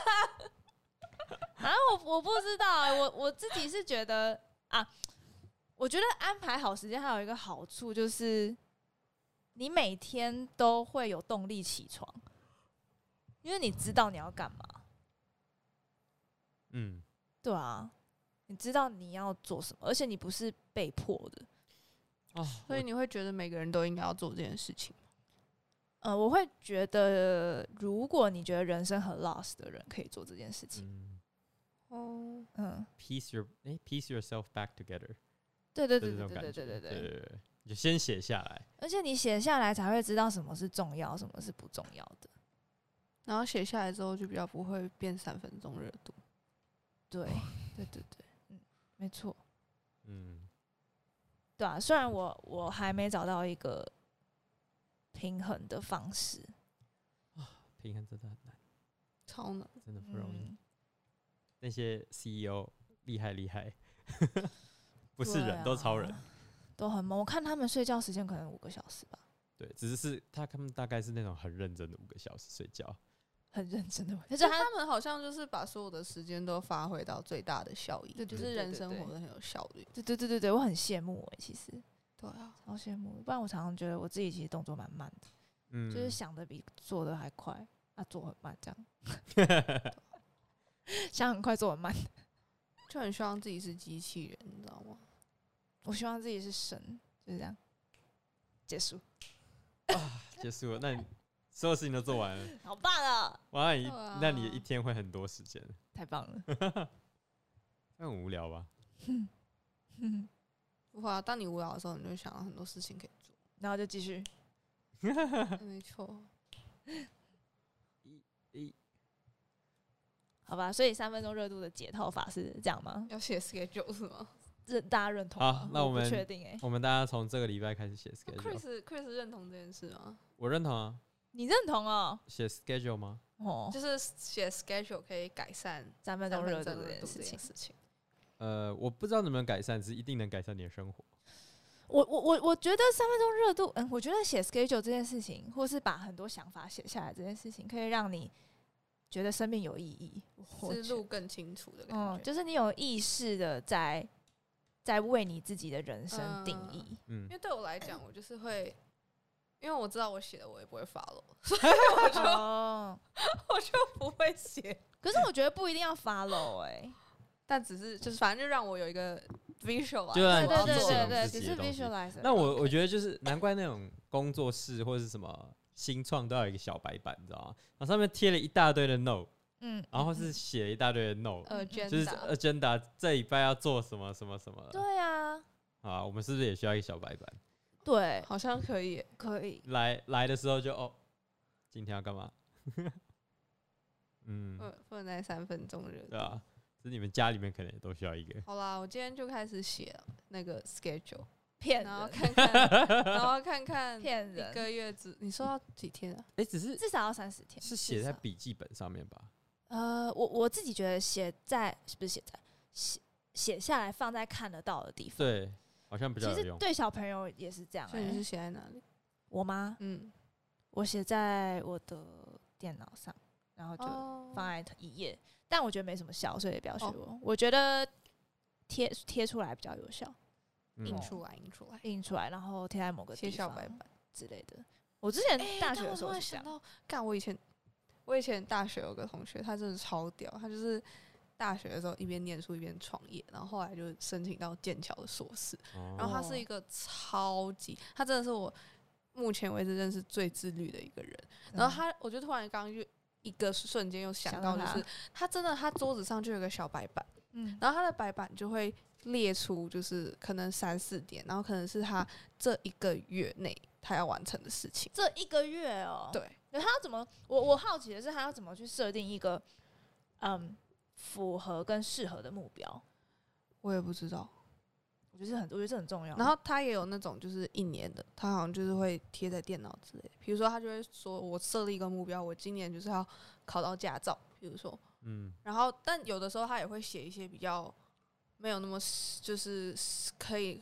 [SPEAKER 2] 啊，我我不知道、欸，我我自己是觉得啊，我觉得安排好时间还有一个好处就是，你每天都会有动力起床，因为你知道你要干嘛。
[SPEAKER 3] 嗯，
[SPEAKER 2] 对啊，你知道你要做什么，而且你不是被迫的。
[SPEAKER 3] 哦，
[SPEAKER 1] 所以你会觉得每个人都应该要做这件事情。
[SPEAKER 2] 呃，我会觉得，如果你觉得人生很 lost 的人，可以做这件事情。
[SPEAKER 3] 嗯
[SPEAKER 1] 哦，
[SPEAKER 2] 嗯，
[SPEAKER 3] ，piece your 哎、piece yourself back together，
[SPEAKER 2] 对对
[SPEAKER 3] 就
[SPEAKER 2] 对
[SPEAKER 3] 是
[SPEAKER 2] 对
[SPEAKER 3] 这种感
[SPEAKER 2] 对
[SPEAKER 3] 觉，
[SPEAKER 2] 对对对
[SPEAKER 3] 对
[SPEAKER 2] 对。
[SPEAKER 3] 对，你就先写下来，
[SPEAKER 2] 而且你写下来才会知道什么是重要，什么是不重要的。
[SPEAKER 1] 然后写下来之后就比较不会变三分钟热度。
[SPEAKER 2] 对，对对对，嗯，没错，
[SPEAKER 3] 嗯，
[SPEAKER 2] 对啊。虽然我我还没找到一个平衡的方式，
[SPEAKER 3] 平衡真的很难，
[SPEAKER 1] 超难，
[SPEAKER 3] 真的不容易。
[SPEAKER 2] 嗯，
[SPEAKER 3] 那些 CEO 厉害 厉害，
[SPEAKER 2] 不
[SPEAKER 3] 不是人、都超人，，
[SPEAKER 2] 啊都很猛。我看他们睡觉时间可能五个小时吧，
[SPEAKER 3] 对，只是是他他们大概是那种很认真的五个小时睡觉，
[SPEAKER 2] 很认真的。但
[SPEAKER 1] 就是他
[SPEAKER 2] 他
[SPEAKER 1] 们好像就是把所有的时间都发挥到最大的效益，
[SPEAKER 2] 对
[SPEAKER 1] 就
[SPEAKER 2] 对对
[SPEAKER 1] 是
[SPEAKER 2] 对
[SPEAKER 1] 人
[SPEAKER 2] 对
[SPEAKER 1] 生
[SPEAKER 2] 对
[SPEAKER 1] 活得很有效率。
[SPEAKER 2] 对对对对对，我很羡慕哎、其实
[SPEAKER 1] 对啊，
[SPEAKER 2] 超羡慕的。不然我常常觉得我自己其实动作蛮慢的，
[SPEAKER 3] 嗯，
[SPEAKER 2] 就是想的比做的还快，啊，做很慢这样，想很快做很慢。
[SPEAKER 1] 就很希望自己是机器人，你知道吗？
[SPEAKER 2] 我希望自己是神，就是这样。结束，
[SPEAKER 3] 结束了，那你所有事情都做完了，
[SPEAKER 2] 好棒啊！
[SPEAKER 3] 哇，你、
[SPEAKER 1] 对啊
[SPEAKER 3] 那你一天会很多时间，
[SPEAKER 2] 太棒了。
[SPEAKER 3] 那很无聊吧？
[SPEAKER 2] 嗯，
[SPEAKER 1] 不会啊，当你无聊的时候，你就想到很多事情可以做。
[SPEAKER 2] 然后就继续。
[SPEAKER 1] 嗯没错，
[SPEAKER 2] 好吧，所以三分钟热度的解套法是这样吗？
[SPEAKER 1] 要写 schedule 是 吗
[SPEAKER 2] 这大家认同
[SPEAKER 3] 好
[SPEAKER 2] 吗？
[SPEAKER 3] 那
[SPEAKER 2] 我
[SPEAKER 3] 我
[SPEAKER 2] 不
[SPEAKER 3] 们
[SPEAKER 2] 确定哎、
[SPEAKER 3] 我们大家从这个礼拜开始写
[SPEAKER 1] 那
[SPEAKER 3] schedule，
[SPEAKER 1] ？Chris Chris 认同这件事吗？
[SPEAKER 3] 我认同啊，
[SPEAKER 2] 你认同哦？
[SPEAKER 3] 写 schedule 吗？
[SPEAKER 2] 哦，
[SPEAKER 1] 就是写 schedule 可以改善
[SPEAKER 2] 三分
[SPEAKER 1] 三
[SPEAKER 2] 钟
[SPEAKER 1] 分
[SPEAKER 2] 热度
[SPEAKER 1] 钟
[SPEAKER 2] 这
[SPEAKER 1] 热
[SPEAKER 2] 件
[SPEAKER 1] 度
[SPEAKER 2] 事
[SPEAKER 1] 这
[SPEAKER 2] 情
[SPEAKER 1] 件。事情。
[SPEAKER 3] 呃，我不知道能不能改善，只是一定能改善你的生活。
[SPEAKER 2] 我我我我觉得三分钟热度，嗯，我觉得写 schedule 这件事情，或是把很多想法写下来这件事情，可以让你觉得生命有意义。我
[SPEAKER 1] 思
[SPEAKER 2] 觉
[SPEAKER 1] 路更清楚的
[SPEAKER 2] 嗯
[SPEAKER 1] 感，觉。
[SPEAKER 2] 就是你有意识的在在为你自己的人生定
[SPEAKER 1] 嗯
[SPEAKER 2] 义。
[SPEAKER 3] 嗯
[SPEAKER 1] 因，为对我来讲，我就是会，因为我知道我写的我也不会 follow，所以我就
[SPEAKER 2] 哦，
[SPEAKER 1] 我就不会写。
[SPEAKER 2] 可是我觉得不一定要 follow 哎、
[SPEAKER 1] 但只是就是反正就让我有一个 visual，啊
[SPEAKER 3] 就让
[SPEAKER 1] 我
[SPEAKER 3] 你
[SPEAKER 1] 要
[SPEAKER 2] 对
[SPEAKER 1] 做
[SPEAKER 2] 对
[SPEAKER 1] 什么
[SPEAKER 2] 对对，
[SPEAKER 3] 自
[SPEAKER 2] 只
[SPEAKER 3] 己的
[SPEAKER 2] 是
[SPEAKER 3] 东西
[SPEAKER 2] visualize 而已。
[SPEAKER 3] 那我我觉得就是难怪那种工作室或者是什么新创都要有一个小白板，你知道吗？然后上面贴了一大堆的 note，
[SPEAKER 2] 嗯，
[SPEAKER 3] 然后是写了一大堆的 note，、
[SPEAKER 1] 呃
[SPEAKER 2] 嗯
[SPEAKER 3] 就是
[SPEAKER 1] agenda，
[SPEAKER 3] agenda 这礼拜要做什么什么什么。
[SPEAKER 2] 对啊，
[SPEAKER 3] 啊，我们是不是也需要一个小白板？
[SPEAKER 2] 对，
[SPEAKER 1] 好像可以耶。
[SPEAKER 3] 嗯
[SPEAKER 2] 可以。
[SPEAKER 3] 来来的时候就哦，今天要干嘛？ 嗯，
[SPEAKER 1] 不不能在三分钟热度。
[SPEAKER 3] 对啊，就是你们家里面可能也都需要一个。
[SPEAKER 1] 好啦，我今天就开始写了那个 schedule，
[SPEAKER 2] 骗
[SPEAKER 1] 然后
[SPEAKER 2] 人，
[SPEAKER 1] 看看，然后看 看
[SPEAKER 2] 骗
[SPEAKER 1] 一
[SPEAKER 2] 人，
[SPEAKER 1] 个月之，你说要几天啊？
[SPEAKER 3] 哎、只是
[SPEAKER 2] 至少要三十天。
[SPEAKER 3] 是写在
[SPEAKER 2] 至少
[SPEAKER 3] 笔记本上面吧？
[SPEAKER 2] 呃，我我自己觉得写在不是写在写写下来放在看得到的地方。
[SPEAKER 3] 对，好像比较
[SPEAKER 2] 其
[SPEAKER 3] 有
[SPEAKER 2] 实
[SPEAKER 3] 用。
[SPEAKER 2] 对小朋友也是这样、
[SPEAKER 1] 所以你是
[SPEAKER 2] 欸。
[SPEAKER 1] 写在哪里？
[SPEAKER 2] 我妈，
[SPEAKER 1] 嗯，
[SPEAKER 2] 我写在我的电脑上，然后就
[SPEAKER 1] 哦
[SPEAKER 2] 放在一页，但我觉得没什么效，所以也不要学
[SPEAKER 1] 哦
[SPEAKER 2] 我。我觉得贴贴出来比较有效，
[SPEAKER 3] 嗯
[SPEAKER 1] 印出来，印出来，
[SPEAKER 2] 印出来然后贴在某个
[SPEAKER 1] 写
[SPEAKER 2] 地
[SPEAKER 1] 小
[SPEAKER 2] 方
[SPEAKER 1] 白板。
[SPEAKER 2] 之类的。我之前
[SPEAKER 1] 欸
[SPEAKER 2] 大
[SPEAKER 1] 但
[SPEAKER 2] 学的
[SPEAKER 1] 我
[SPEAKER 2] 时
[SPEAKER 1] 突
[SPEAKER 2] 候
[SPEAKER 1] 然
[SPEAKER 2] 是这
[SPEAKER 1] 想
[SPEAKER 2] 样，
[SPEAKER 1] 到，干我以前，我以前大学有个同学，他真的超屌，他就是大学的时候一边念书一边创业，然后后来就申请到剑桥的硕士，然
[SPEAKER 3] 哦，
[SPEAKER 1] 后他是一个超级，他真的是我目前为止认识最自律的一个人。然后他，我就突然刚刚就一个瞬间又想
[SPEAKER 2] 嗯想
[SPEAKER 1] 到，就
[SPEAKER 2] 到他
[SPEAKER 1] 是他真的，他桌子上就有个小白板，
[SPEAKER 2] 嗯，
[SPEAKER 1] 然后他的白板就会列出，就是可能三四点，然后可能是他这一个月内他要完成的事情。
[SPEAKER 2] 这一个月哦，
[SPEAKER 1] 对，
[SPEAKER 2] 那他要怎么？我我好奇的是，他要怎么去设定一个嗯符合跟适合的目标？
[SPEAKER 1] 我也不知道，
[SPEAKER 2] 我觉得是很，我觉得这很重要。
[SPEAKER 1] 然后他也有那种就是一年的，他好像就是会贴在电脑之类的。比如说他就会说，我设立一个目标，我今年就是要考到驾照，比如说。
[SPEAKER 3] 嗯，
[SPEAKER 1] 然后，但有的时候他也会写一些比较没有那么实就是实可以，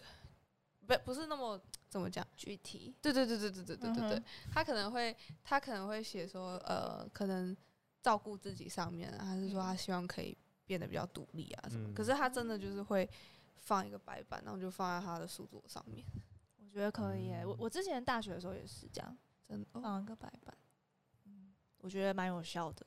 [SPEAKER 1] 不不是那么怎么讲。
[SPEAKER 2] 具体
[SPEAKER 1] 对对对对对对对对对，
[SPEAKER 2] 嗯哼
[SPEAKER 1] 他可能会他可能会写说，呃，可能照顾自己上面啊，还是说他希望可以变得比较独立啊什么？
[SPEAKER 3] 嗯
[SPEAKER 1] 可是他真的就是会放一个白板，然后就放在他的书桌上面，
[SPEAKER 2] 我觉得可以耶、我我之前大学的时候也是这样，
[SPEAKER 1] 真的、哦
[SPEAKER 2] 放一个嗯白板，嗯，我觉得蛮有效的，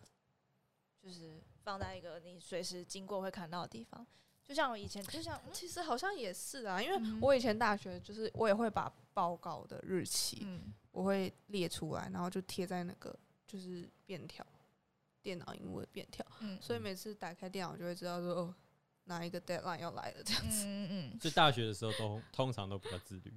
[SPEAKER 2] 就是放在一个你随时经过会看到的地方，就像我以前，就像
[SPEAKER 1] 其实好像也是啊，因为
[SPEAKER 2] 嗯
[SPEAKER 1] 我以前大学就是我也会把报告的日期
[SPEAKER 2] 嗯，
[SPEAKER 1] 我会列出来，然后就贴在那个就是便条，电脑荧幕的便条，
[SPEAKER 2] 嗯
[SPEAKER 1] 所以每次打开电脑就会知道说哦，哪一个 deadline 要来了这样子。
[SPEAKER 2] 嗯嗯
[SPEAKER 3] 就大学的时候都通常都比较自律，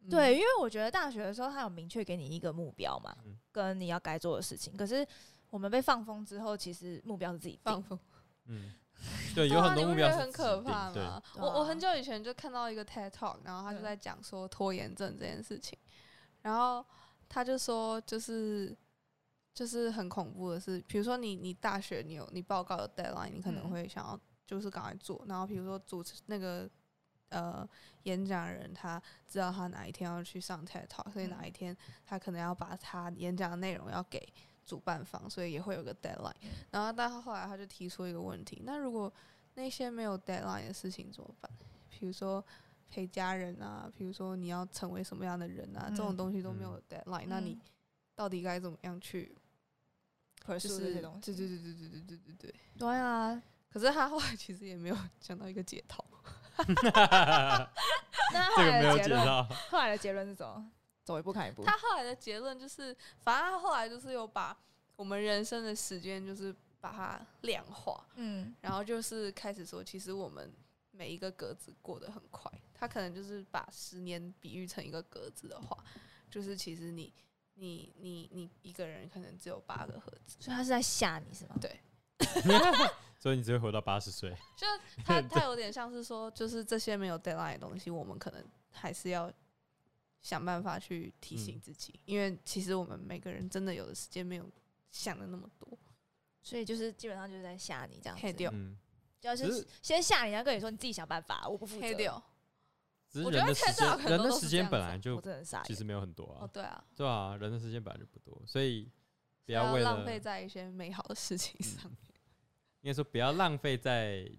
[SPEAKER 1] 嗯
[SPEAKER 2] 对，因为我觉得大学的时候，他有明确给你一个目标嘛，
[SPEAKER 3] 嗯
[SPEAKER 2] 跟你要该做的事情。可是我们被放风之后，其实目标是自己定
[SPEAKER 1] 放风，
[SPEAKER 3] 嗯，
[SPEAKER 1] 对
[SPEAKER 3] 对，有
[SPEAKER 1] 啊
[SPEAKER 3] 很多
[SPEAKER 1] 你
[SPEAKER 3] 目
[SPEAKER 1] 不
[SPEAKER 3] 标
[SPEAKER 1] 觉
[SPEAKER 3] 是
[SPEAKER 1] 得很可
[SPEAKER 3] 指定
[SPEAKER 1] 怕
[SPEAKER 3] 对，
[SPEAKER 1] 吗？
[SPEAKER 2] 对
[SPEAKER 1] 我我
[SPEAKER 2] 啊
[SPEAKER 1] 很久以前就看到一个 TED Talk，然后他就
[SPEAKER 2] 对
[SPEAKER 1] 在讲说拖延症这件事情，然后他就说就是就是很恐怖的是，比如说你你大学你有你报告的 deadline，你可能
[SPEAKER 2] 嗯
[SPEAKER 1] 会想要就是赶快做，然后比如说主持那个。呃，演讲人他知道他哪一天要去上 TED Talk，所以哪
[SPEAKER 2] 嗯
[SPEAKER 1] 一天他可能要把他演讲的内容要给主办方，所以也会有个 deadline。然后，但他后来他就提出一个问题：那如果那些没有 deadline 的事情怎么办？比如说陪家人啊，比如说你要成为什么样的人啊，这种
[SPEAKER 2] 嗯
[SPEAKER 1] 东西都没
[SPEAKER 3] 嗯
[SPEAKER 1] 有 deadline，、那你到底该怎么样去？就
[SPEAKER 2] pursue
[SPEAKER 1] 是
[SPEAKER 2] 这
[SPEAKER 1] 对
[SPEAKER 2] 些
[SPEAKER 1] 对
[SPEAKER 2] 东西。
[SPEAKER 1] 对对对对对对对。
[SPEAKER 2] 对啊，
[SPEAKER 1] 可是他后来其实也没有讲到一个解套，
[SPEAKER 2] 那后
[SPEAKER 3] 这个
[SPEAKER 2] 来
[SPEAKER 3] 没有
[SPEAKER 2] 的结
[SPEAKER 3] 解
[SPEAKER 2] 论，
[SPEAKER 3] 到，
[SPEAKER 2] 后来的结论是什么？走一步看一步。
[SPEAKER 1] 他后来的结论就是，反正他后来就是有把我们人生的时间就是把它量化，
[SPEAKER 2] 嗯
[SPEAKER 1] 然后就是开始说，其实我们每一个格子过得很快。他可能就是把十年比喻成一个格子的话，就是其实你你你你一个人可能只有八个盒子。
[SPEAKER 2] 所以他是在吓你是吗？
[SPEAKER 1] 对
[SPEAKER 3] 所以你只会活到八 十岁，
[SPEAKER 1] 就 他他有点像是说，就是这些没有 deadline 的东西，我们可能还是要想办法去提醒
[SPEAKER 3] 嗯
[SPEAKER 1] 自己，因为其实我们每个人真的有的时间没有想的那么多。
[SPEAKER 2] 所以就是基本上就是在吓你这样
[SPEAKER 1] 嘿对
[SPEAKER 2] 子，
[SPEAKER 3] 嗯，
[SPEAKER 2] 就
[SPEAKER 3] 只是
[SPEAKER 2] 是先吓你，然后跟你说你自己想办法，我不负责。
[SPEAKER 1] 黑六
[SPEAKER 3] 只是
[SPEAKER 1] 我觉
[SPEAKER 3] 人
[SPEAKER 1] 得
[SPEAKER 3] 的时
[SPEAKER 1] 看到
[SPEAKER 3] 间，
[SPEAKER 1] 很
[SPEAKER 3] 人
[SPEAKER 1] 多
[SPEAKER 3] 的
[SPEAKER 1] 都
[SPEAKER 3] 时
[SPEAKER 1] 是
[SPEAKER 3] 间
[SPEAKER 1] 这
[SPEAKER 3] 本
[SPEAKER 1] 样
[SPEAKER 3] 来
[SPEAKER 2] 我
[SPEAKER 3] 就
[SPEAKER 2] 真的很傻眼。
[SPEAKER 3] 其实没有很多
[SPEAKER 1] 哦，
[SPEAKER 3] 啊，
[SPEAKER 1] 对啊，
[SPEAKER 3] 对啊，人的时间本来就不多，所以
[SPEAKER 1] 不
[SPEAKER 3] 不为
[SPEAKER 1] 啊浪
[SPEAKER 3] 了嗯
[SPEAKER 1] 费在一些美好的事情上。
[SPEAKER 3] 应该说不要浪费在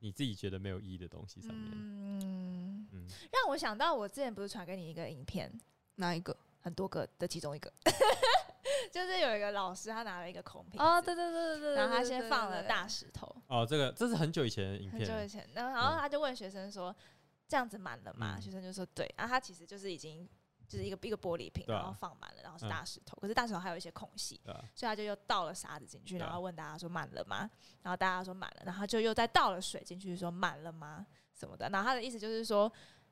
[SPEAKER 3] 你自己觉得没有意义的东西上面。
[SPEAKER 2] 嗯，
[SPEAKER 3] 嗯，
[SPEAKER 2] 让我想到我之前不是传给你一个影片，
[SPEAKER 1] 哪一个？
[SPEAKER 2] 很多个的其中一个， 就是有一个老师他拿了一个空瓶
[SPEAKER 1] 哦，
[SPEAKER 2] 子
[SPEAKER 1] 对对对对对，
[SPEAKER 2] 然后他
[SPEAKER 1] 对
[SPEAKER 2] 先
[SPEAKER 1] 对
[SPEAKER 2] 放
[SPEAKER 1] 对
[SPEAKER 2] 了
[SPEAKER 1] 对
[SPEAKER 2] 大石头，
[SPEAKER 3] 哦，这个这是很久以前的影
[SPEAKER 2] 很久以
[SPEAKER 3] 片，
[SPEAKER 2] 前，然后然后
[SPEAKER 3] 嗯
[SPEAKER 2] 他就问学生说：“这样子满了吗？”
[SPEAKER 3] 嗯
[SPEAKER 2] 学生就说：“对。”啊，他其实就是已经就是一个一个玻璃瓶，
[SPEAKER 3] 对啊
[SPEAKER 2] 然后放满了，然后是
[SPEAKER 3] 嗯
[SPEAKER 2] 大石头，可是大石头还有一些空隙，
[SPEAKER 3] 对啊，
[SPEAKER 2] 所以他就又倒了沙子进去，
[SPEAKER 3] 对啊
[SPEAKER 2] 然后问大家说满了吗？然后大家说满了，然后他就又再倒了水进去说满了吗？什么的。然后他的意思就是说，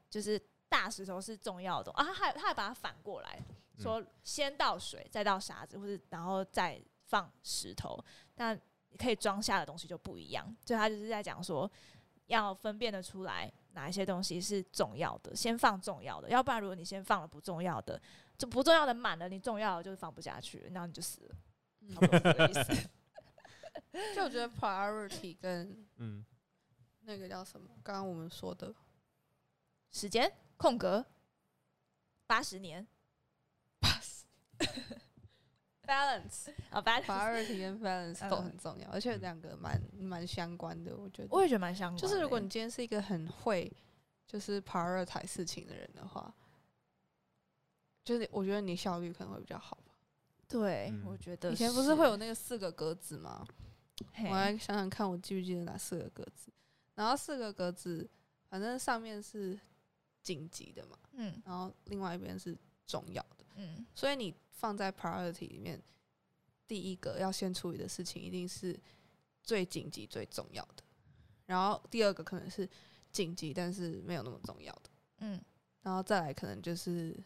[SPEAKER 2] 就是大石头是重要的东啊，他还他还把它反过来
[SPEAKER 3] 嗯
[SPEAKER 2] 说，先倒水，再倒沙子，或者然后再放石头，但可以装下的东西就不一样。所以他就是在讲说，要分辨得出来哪一些东西是重要的，先放重要的，要不然如果你先放了不重要的，就不重要的满了，你重要的就放不下去，然后你就死了。差不多是这个意思。
[SPEAKER 1] 就我觉得 priority 跟
[SPEAKER 3] 嗯，
[SPEAKER 1] 那个叫什么，刚刚我们说 的
[SPEAKER 2] 时间空格八十年
[SPEAKER 1] balance
[SPEAKER 2] 啊，八十，
[SPEAKER 1] priority 跟 balance 都
[SPEAKER 2] 嗯
[SPEAKER 1] 很重要，而且
[SPEAKER 3] 嗯
[SPEAKER 1] 两个蛮蛮相关的，我觉
[SPEAKER 2] 我
[SPEAKER 1] 得。
[SPEAKER 2] 也觉得蛮相关的
[SPEAKER 1] 就
[SPEAKER 2] 耶。
[SPEAKER 1] 是如果你今天是一个很会就是 prioritize 事情的人的话，就是我觉得你效率可能会比较好吧。
[SPEAKER 2] 对，
[SPEAKER 3] 嗯
[SPEAKER 2] 我觉得
[SPEAKER 1] 以前不是会有那个四个格子吗？
[SPEAKER 2] 嘿
[SPEAKER 1] 我来想想看，我记不记得哪四个格子？然后四个格子，反正上面是紧急的嘛，
[SPEAKER 2] 嗯
[SPEAKER 1] 然后另外一边是重要的，
[SPEAKER 2] 嗯
[SPEAKER 1] 所以你放在 priority 里面，第一个要先处理的事情一定是最紧急、最重要的，然后第二个可能是紧急但是没有那么重要的，
[SPEAKER 2] 嗯
[SPEAKER 1] 然后再来可能就是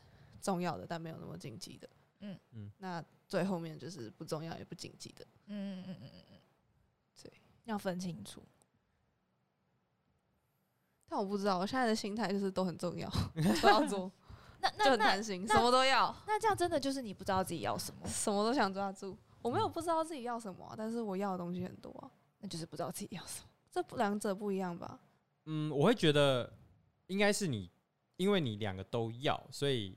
[SPEAKER 1] 重要的但没有那么紧急的，
[SPEAKER 2] 嗯
[SPEAKER 3] 嗯，
[SPEAKER 1] 那最后面就是不重要也不紧急的，
[SPEAKER 2] 嗯嗯嗯嗯嗯，
[SPEAKER 1] 对，
[SPEAKER 2] 要分清楚。
[SPEAKER 1] 但我不知道，我现在的心态就是都很重要，都要做，
[SPEAKER 2] 那
[SPEAKER 1] 就
[SPEAKER 2] 那
[SPEAKER 1] 很
[SPEAKER 2] 那
[SPEAKER 1] 贪心，
[SPEAKER 2] 那
[SPEAKER 1] 什么都要，
[SPEAKER 2] 那这样真的就是你不知道自己要什么，
[SPEAKER 1] 什么都想抓住。我没有不知道自己要什么啊、但是我要的东西很多啊，
[SPEAKER 2] 那就是不知道自己要什么。
[SPEAKER 1] 这不两者不一样吧？
[SPEAKER 3] 嗯，我会觉得应该是你，因为你两个都要，所以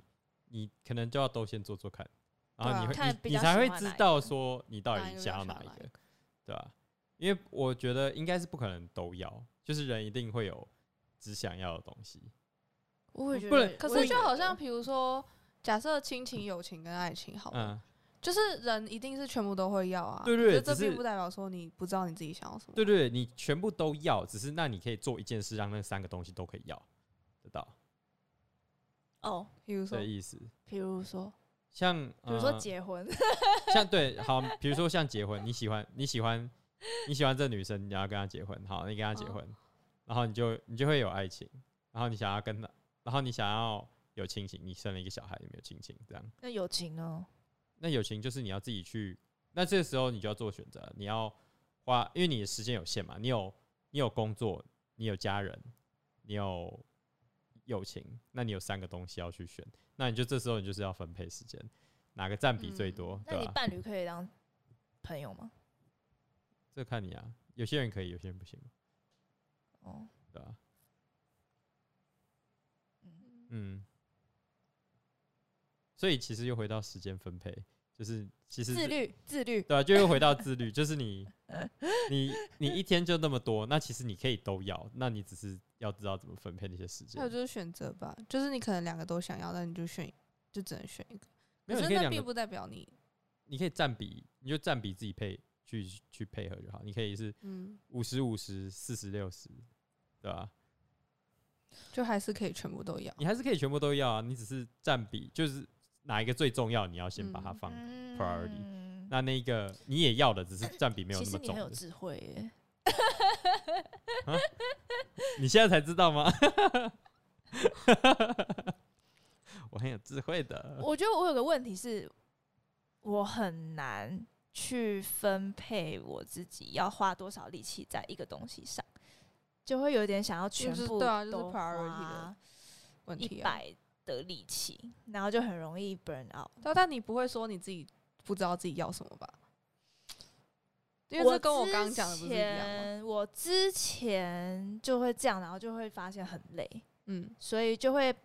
[SPEAKER 3] 你可能就要都先做做看，然
[SPEAKER 1] 对
[SPEAKER 3] 后
[SPEAKER 1] 啊
[SPEAKER 3] 你会、
[SPEAKER 2] 看
[SPEAKER 3] 你
[SPEAKER 2] 比
[SPEAKER 3] 你
[SPEAKER 2] 较
[SPEAKER 3] 才
[SPEAKER 2] 喜
[SPEAKER 3] 会
[SPEAKER 2] 欢
[SPEAKER 3] 知
[SPEAKER 2] 哪一
[SPEAKER 3] 道说你到
[SPEAKER 1] 哪一
[SPEAKER 3] 底
[SPEAKER 1] 个比较
[SPEAKER 3] 想要
[SPEAKER 1] 喜
[SPEAKER 3] 哪
[SPEAKER 1] 欢
[SPEAKER 3] 一
[SPEAKER 1] 哪一
[SPEAKER 3] 个，对吧、因为我觉得应该是不可能都要，就是人一定会有只想要的东西。
[SPEAKER 2] 我也
[SPEAKER 3] 嗯不
[SPEAKER 2] 觉
[SPEAKER 3] 然
[SPEAKER 2] 得，
[SPEAKER 1] 可
[SPEAKER 2] 我
[SPEAKER 1] 是
[SPEAKER 2] 也
[SPEAKER 1] 就
[SPEAKER 2] 觉
[SPEAKER 1] 好
[SPEAKER 2] 得
[SPEAKER 3] 嗯
[SPEAKER 1] 像，比如说，假设亲情、友情跟爱情，好了，
[SPEAKER 3] 嗯，
[SPEAKER 1] 就是人一定是全部都会要啊。
[SPEAKER 3] 对对
[SPEAKER 1] 可是这
[SPEAKER 3] 只是
[SPEAKER 1] 并不代表说你不知道你自己想要什么。
[SPEAKER 3] 对对，对你全部都要，只是那你可以做一件事，让那三个东西都可以要得到
[SPEAKER 2] 哦，
[SPEAKER 1] 比如说
[SPEAKER 3] 的，意思。
[SPEAKER 2] 比如说，
[SPEAKER 3] 像
[SPEAKER 2] 比如说
[SPEAKER 3] 呃
[SPEAKER 2] 结婚，
[SPEAKER 3] 像对，好，比如说像结婚，你喜欢你喜欢你喜欢这女生，你要跟她结婚，好，你跟她结
[SPEAKER 1] 哦
[SPEAKER 3] 婚，然后你就你就会有爱情，然后你想要跟她，然后你想要有亲情，你生了一个小孩，你没有亲情，这样，
[SPEAKER 2] 那友情呢？
[SPEAKER 3] 那友情就是你要自己去，那这时候你就要做选择，你要花，因为你的时间有限嘛，你有你有工作，你有家人，你有友情，那你有三个东西要去选，那你就这时候你就是要分配时间，哪个占比最
[SPEAKER 1] 嗯
[SPEAKER 3] 多，
[SPEAKER 2] 那
[SPEAKER 3] 对啊
[SPEAKER 2] 你
[SPEAKER 3] 吧？
[SPEAKER 2] 伴侣可以当朋友吗？
[SPEAKER 3] 这看你啊，有些人可以，有些人不行嘛，
[SPEAKER 2] 哦，
[SPEAKER 3] 对吧、
[SPEAKER 2] 嗯，
[SPEAKER 3] 嗯，所以其实又回到时间分配，就是其实
[SPEAKER 2] 自
[SPEAKER 3] 是
[SPEAKER 2] 律，自律，
[SPEAKER 3] 对啊，就又回到自律，就 是你你你一天就那么多，那其实你可以都要，那你只是要知道怎么分配那些时间
[SPEAKER 1] 还有。就是选择吧，就是你可能两个都想要，但你就选，就只能选一个。
[SPEAKER 3] 没有，
[SPEAKER 1] 可是
[SPEAKER 3] 你可以
[SPEAKER 1] 那
[SPEAKER 3] 两
[SPEAKER 1] 并
[SPEAKER 3] 个，
[SPEAKER 1] 不代表你，
[SPEAKER 3] 你可以占比，你就占比自己配去去配合就好。你可以是
[SPEAKER 1] 嗯，
[SPEAKER 3] 五十五十、四十六十，对吧、
[SPEAKER 1] 就还是可以全部都要。
[SPEAKER 3] 你还是可以全部都要啊，你只是占比就是哪一个最重要，你要先把它
[SPEAKER 1] 嗯
[SPEAKER 3] 放。priority
[SPEAKER 2] 嗯，
[SPEAKER 3] 那那一个你也要的，只是占比没有
[SPEAKER 2] 其
[SPEAKER 3] 那么
[SPEAKER 2] 实
[SPEAKER 3] 重
[SPEAKER 2] 你很有
[SPEAKER 3] 的
[SPEAKER 2] 智慧耶，
[SPEAKER 3] 你现在才知道吗？ 我很有智慧的。
[SPEAKER 2] 我觉得我有个问题是，我很难去分配我自己要花多少力气在一个东西上，就会有点想要全
[SPEAKER 1] 就是
[SPEAKER 2] 部
[SPEAKER 1] 对啊就是
[SPEAKER 2] 都
[SPEAKER 1] priority
[SPEAKER 2] 花
[SPEAKER 1] 问
[SPEAKER 2] 一
[SPEAKER 1] 题啊，
[SPEAKER 2] 百的力气，然后就很容易 burn out。
[SPEAKER 1] 但但你不会说你自己不知道自己要什么吧？因为
[SPEAKER 2] 我
[SPEAKER 1] 这跟我刚刚
[SPEAKER 2] 之
[SPEAKER 1] 讲的不是一样吗？
[SPEAKER 2] 前我之前就会这样，然后就会发现很累，
[SPEAKER 1] 嗯，
[SPEAKER 2] 所以就会，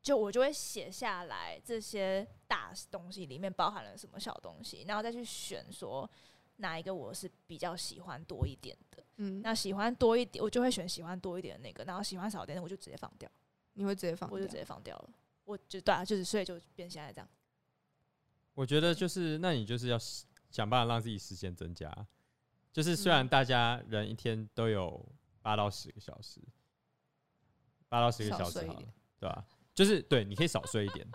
[SPEAKER 2] 就我就会写下来这些大东西里面包含了什么小东西，然后再去选说哪一个我是比较喜欢多一点的。
[SPEAKER 1] 嗯，
[SPEAKER 2] 那喜欢多一点，我就会选喜欢多一点的那个，然后喜欢少一点的我就直接放掉，
[SPEAKER 1] 你会直接放
[SPEAKER 2] 我
[SPEAKER 1] 掉
[SPEAKER 2] 就直接放掉了。我就对啊，就是所以就变现在这样。
[SPEAKER 3] 我觉得就是，那你就是要时想办法让自己时间增加。就是虽然大家人一天都有八到十个小时，八到十个
[SPEAKER 1] 少
[SPEAKER 3] 小时
[SPEAKER 1] 睡一
[SPEAKER 3] 好了
[SPEAKER 1] 点，
[SPEAKER 3] 对吧、就是对，你可以少睡一点，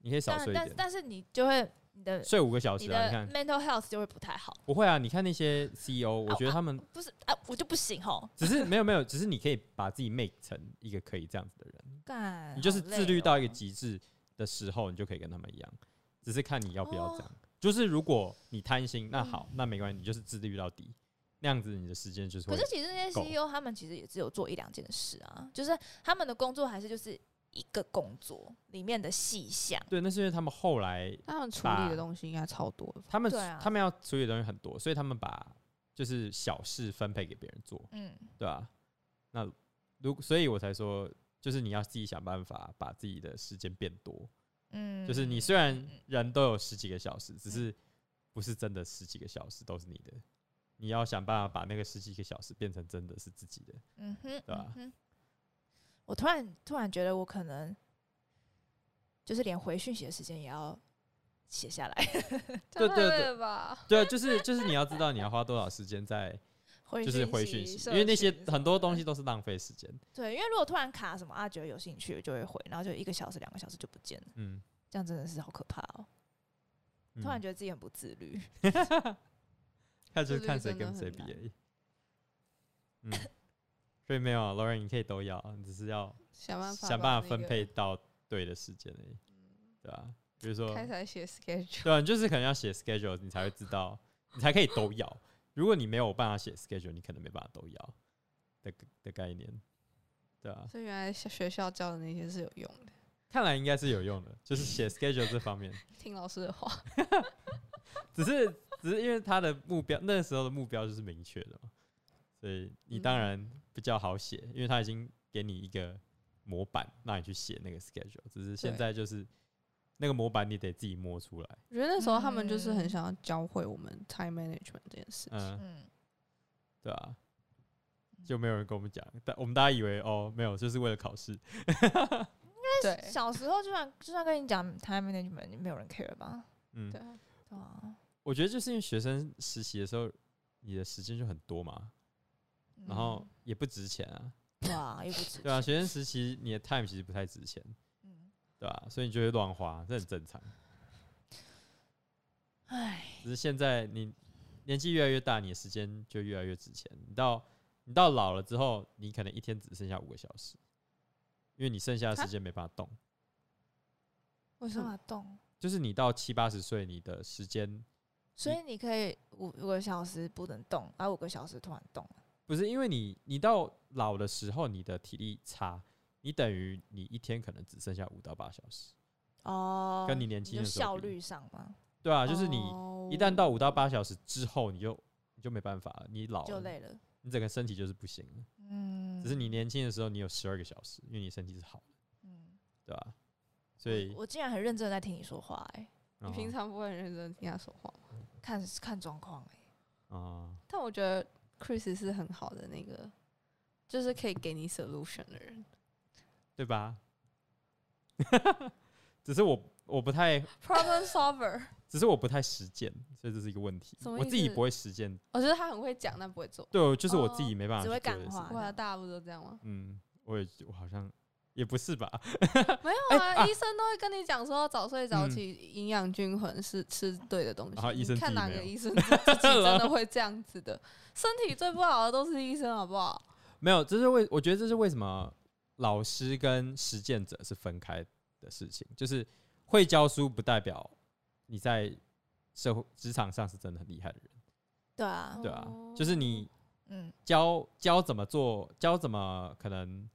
[SPEAKER 3] 你可以少
[SPEAKER 2] 但
[SPEAKER 3] 睡一
[SPEAKER 2] 但
[SPEAKER 3] 点，
[SPEAKER 2] 但是你就会你的
[SPEAKER 3] 睡五个小
[SPEAKER 2] 你
[SPEAKER 3] 时啊。你
[SPEAKER 2] 的
[SPEAKER 3] 看
[SPEAKER 2] mental health 就会不太好，
[SPEAKER 3] 不会啊？你看那些 CEO，我觉得他们
[SPEAKER 2] 不是啊，我就不行吼，
[SPEAKER 3] 只是没有没有，只是你可以把自己 make 成一个可以这样子的人。
[SPEAKER 2] 干，
[SPEAKER 3] 你就是
[SPEAKER 2] 好累
[SPEAKER 3] 自律到一个
[SPEAKER 2] 哦
[SPEAKER 3] 极致的时候，你就可以跟他们一样，只是看你要不要这样。
[SPEAKER 2] 哦
[SPEAKER 3] 就是如果你贪心，那好，那没关系，你就是自律到底，那样子你的时间就是
[SPEAKER 2] 可
[SPEAKER 3] 会
[SPEAKER 2] 是其实那些
[SPEAKER 3] 够
[SPEAKER 2] CEO 他们其实也只有做一两件事啊，就是他们的工作还是就是一个工作里面的细项。
[SPEAKER 3] 对。那是因为他们后来
[SPEAKER 1] 那他们处理
[SPEAKER 3] 把
[SPEAKER 1] 的东西应该超多的吧？
[SPEAKER 3] 他们、
[SPEAKER 2] 对啊
[SPEAKER 3] 他们要处理的东西很多，所以他们把就是小事分配给别人做，
[SPEAKER 2] 嗯，
[SPEAKER 3] 对吧、那如所以我才说，就是你要自己想办法把自己的时间变多。
[SPEAKER 2] 嗯，
[SPEAKER 3] 就是你虽然人都有十几个小时，只是不是真的十几个小时都是你的，你要想办法把那个十几个小时变成真的是自己的。
[SPEAKER 2] 嗯哼，
[SPEAKER 3] 对啊
[SPEAKER 2] 嗯哼我突然突然觉得我可能就是连回讯息的时间也要写下来，
[SPEAKER 1] 这样太
[SPEAKER 3] 对对
[SPEAKER 1] 累
[SPEAKER 3] 对
[SPEAKER 1] 了吧？
[SPEAKER 3] 对，就是就是你要知道你要花多少时间在
[SPEAKER 2] 回
[SPEAKER 3] 就是回
[SPEAKER 2] 讯
[SPEAKER 3] 讯
[SPEAKER 2] 息
[SPEAKER 3] 息，
[SPEAKER 2] 社
[SPEAKER 3] 因为那
[SPEAKER 2] 群
[SPEAKER 3] 些
[SPEAKER 2] 什
[SPEAKER 3] 很
[SPEAKER 2] 么
[SPEAKER 3] 多
[SPEAKER 2] 的
[SPEAKER 3] 东西都是浪费时间。
[SPEAKER 2] 对，因为如果突然卡什么啊，觉得有兴趣就会回，然后就一个小时两个小时就不见了，
[SPEAKER 3] 嗯，
[SPEAKER 2] 这样真的是好可怕哦！突然
[SPEAKER 3] 就
[SPEAKER 2] 觉得自己很不自律。
[SPEAKER 3] 看就
[SPEAKER 1] 自
[SPEAKER 3] 是
[SPEAKER 1] 律
[SPEAKER 3] 看谁
[SPEAKER 1] 真的
[SPEAKER 3] 跟谁
[SPEAKER 1] 很
[SPEAKER 3] 比
[SPEAKER 1] 难
[SPEAKER 3] 而已。嗯，所以没有啊，Lauren，你可以都要，你只是要
[SPEAKER 1] 想办法
[SPEAKER 3] 想办
[SPEAKER 1] 把
[SPEAKER 3] 法分
[SPEAKER 1] 那个
[SPEAKER 3] 配到对的时间而已，对吧、比如说
[SPEAKER 1] 开始来写 schedule，
[SPEAKER 3] 对啊，你就是可能要写 schedule，你才会知道，你才可以都要。如果你没有办法写 schedule，你可能没办法都要的的概念。对啊，
[SPEAKER 1] 所以原来小学校教的那些是有用的，
[SPEAKER 3] 看来应该是有用的，就是写 schedule 这方面，
[SPEAKER 1] 听老师的话。
[SPEAKER 3] 只是只是因为他的目标那时候的目标就是明确的嘛，所以你当然比较好写，因为他已经给你一个模板让你去写那个 schedule，只是现
[SPEAKER 1] 对
[SPEAKER 3] 在就是那个模板你得自己摸出来，
[SPEAKER 1] 我觉得那时候他们就是很
[SPEAKER 2] 嗯
[SPEAKER 1] 想要教会我们 time management 这件事情。
[SPEAKER 3] 嗯，
[SPEAKER 2] 嗯，
[SPEAKER 3] 对啊，就没有人跟我们讲，但我们大家以为哦没有，就是为了考试，
[SPEAKER 1] 对
[SPEAKER 2] 小时候就算就算跟你讲 time management，也没有人 care 吧？
[SPEAKER 3] 嗯
[SPEAKER 1] 对，啊，
[SPEAKER 2] 对啊，
[SPEAKER 3] 我觉得就是因为学生实习的时候你的时间就很多嘛，然后也不值钱啊，
[SPEAKER 2] 嗯哇，又不止，
[SPEAKER 3] 对啊，学生时期你的 time 其实不太值钱，
[SPEAKER 2] 嗯，
[SPEAKER 3] 对吧、所以你就会乱花，这很正常。
[SPEAKER 2] 唉，
[SPEAKER 3] 只是现在你年纪越来越大，你的时间就越来越值钱。你到你到老了之后，你可能一天只剩下五个小时，因为你剩下的时间没办法动。
[SPEAKER 1] 为什
[SPEAKER 2] 干
[SPEAKER 1] 么？
[SPEAKER 2] 嘛动？
[SPEAKER 3] 就是你到七八十岁，你的时间
[SPEAKER 2] 所以你可以五五个小时不能动，而、啊、五个小时突然动，
[SPEAKER 3] 不是因为你你到老的时候，你的体力差，你等于你一天可能只剩下五到八小时。
[SPEAKER 2] 哦，
[SPEAKER 3] 跟你年轻
[SPEAKER 2] 就
[SPEAKER 3] 的时候
[SPEAKER 2] 效
[SPEAKER 3] 比
[SPEAKER 2] 率上嘛，
[SPEAKER 3] 对啊，就是你
[SPEAKER 1] 哦
[SPEAKER 3] 一旦到五到八小时之后，你就你就没办法了，你老
[SPEAKER 2] 就
[SPEAKER 3] 了，
[SPEAKER 2] 累了，
[SPEAKER 3] 你整个身体就是不行了。
[SPEAKER 2] 嗯，
[SPEAKER 3] 只是你年轻的时候，你有十二个小时，因为你身体是好的，
[SPEAKER 2] 嗯，
[SPEAKER 3] 对吧、所以哦
[SPEAKER 2] 我我竟然很认真地在听你说话、哎，
[SPEAKER 1] 你平常不会很认真听他说话吗？
[SPEAKER 2] 看看状况、哎，
[SPEAKER 3] 啊，
[SPEAKER 1] 但我觉得 Chris 是很好的那个，就是可以给你 solution 的 人。
[SPEAKER 3] 对吧？ 只是我我不太，
[SPEAKER 1] Problem solver，
[SPEAKER 3] 只是我不太实践，所以这是一个问题。
[SPEAKER 1] 什么
[SPEAKER 3] 我
[SPEAKER 1] 意
[SPEAKER 3] 自己
[SPEAKER 1] 思
[SPEAKER 3] 不会实践，
[SPEAKER 1] 我觉得他很会讲，但不会做。
[SPEAKER 3] 对，我就是我
[SPEAKER 1] 哦
[SPEAKER 3] 自己没办法
[SPEAKER 2] 只
[SPEAKER 3] 去
[SPEAKER 2] 会
[SPEAKER 3] 做
[SPEAKER 2] 感
[SPEAKER 3] 这件事
[SPEAKER 2] 化
[SPEAKER 3] 情。
[SPEAKER 1] 哇，大家不都这样吗？
[SPEAKER 3] 嗯，我也我好像也不是吧？
[SPEAKER 1] 没有
[SPEAKER 3] 哎
[SPEAKER 1] 啊，医生都会跟你讲说早睡早起、营养均衡是吃对的东西。
[SPEAKER 3] 然后医生
[SPEAKER 1] 你看
[SPEAKER 3] 自己
[SPEAKER 1] 哪
[SPEAKER 3] 没
[SPEAKER 1] 个
[SPEAKER 3] 有
[SPEAKER 1] 医生自己 真的会这样子的？身体最不好的都是医生，好不好？
[SPEAKER 3] 没有，这是为我觉得这是为什么老师跟实践者是分开的事情，就是会教书不代表你在社会职场上是真的很厉害的人，
[SPEAKER 2] 对啊，
[SPEAKER 3] 对啊，就是你
[SPEAKER 2] 嗯
[SPEAKER 3] 教教怎么做，教怎么可能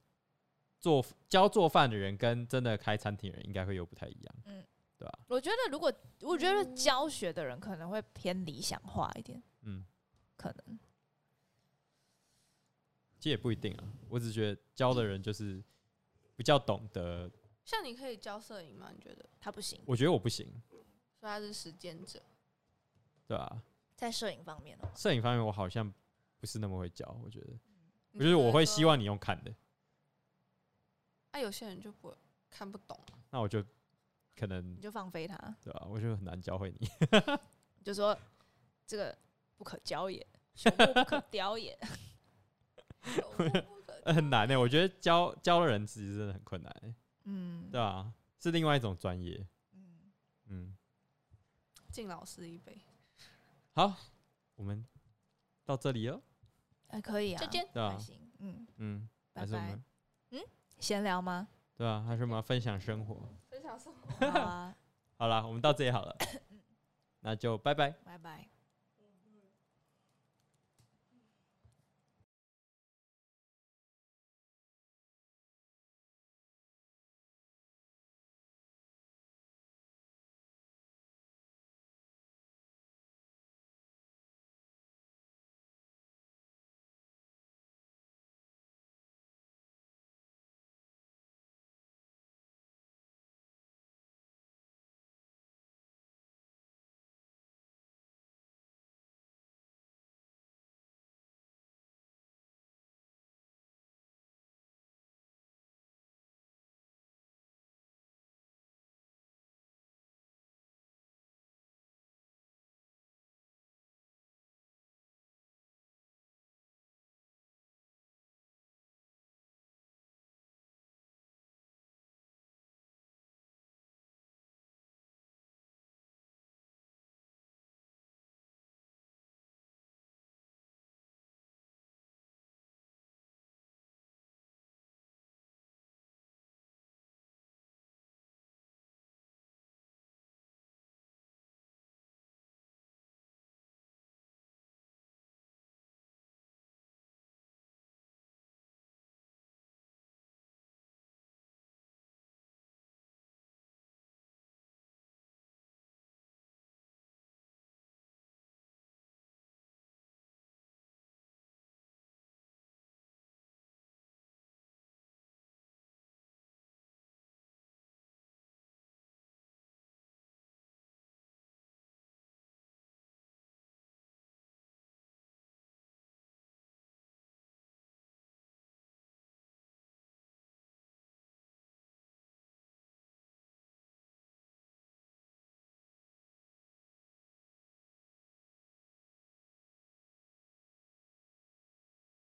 [SPEAKER 3] 做教做饭的人跟真的开餐厅的人应该会又不太一样，嗯
[SPEAKER 2] 嗯，
[SPEAKER 3] 对吧、
[SPEAKER 2] 我觉得如果我觉得
[SPEAKER 1] 嗯
[SPEAKER 2] 教学的人可能会偏理想化一点，
[SPEAKER 3] 嗯，
[SPEAKER 2] 可能
[SPEAKER 3] 其实也不一定啊，我只是觉得教的人就是比较懂得，
[SPEAKER 1] 像你可以教摄影吗？你觉得？
[SPEAKER 2] 他不行，
[SPEAKER 3] 我觉得我不行，
[SPEAKER 1] 所以他是实践者。
[SPEAKER 3] 对啊吧、
[SPEAKER 2] 在摄影方面哦、
[SPEAKER 3] 摄影方面我好像不是那么会教，我觉得。
[SPEAKER 1] 你
[SPEAKER 3] 就是我会
[SPEAKER 1] 说
[SPEAKER 3] 希，望你用看的，
[SPEAKER 1] 啊，有些人就不会看不懂啊、
[SPEAKER 3] 那我就可能
[SPEAKER 2] 你就放飞他，
[SPEAKER 3] 对吧、我就很难教会你。
[SPEAKER 2] 你就说这个不可教也，朽木不可雕也，
[SPEAKER 1] 有目不可
[SPEAKER 3] 很难呢、欸我觉得教教的人其实真的很困难欸、
[SPEAKER 2] 嗯，
[SPEAKER 3] 对啊，是另外一种专业。
[SPEAKER 2] 嗯，
[SPEAKER 3] 嗯，
[SPEAKER 1] 敬老师一杯，
[SPEAKER 3] 好，我们到这里了。
[SPEAKER 2] 还可以啊，
[SPEAKER 1] 再见。
[SPEAKER 3] 对啊
[SPEAKER 2] 还，行，嗯，
[SPEAKER 3] 嗯，还
[SPEAKER 2] 拜
[SPEAKER 3] 是我
[SPEAKER 2] 拜
[SPEAKER 3] 们。
[SPEAKER 2] 闲聊吗？
[SPEAKER 3] 对啊，还是我们要分享生活。
[SPEAKER 1] 分享生活。
[SPEAKER 2] 好啊，
[SPEAKER 3] 好啦，我们到这里好了，那就拜拜。
[SPEAKER 2] 拜拜。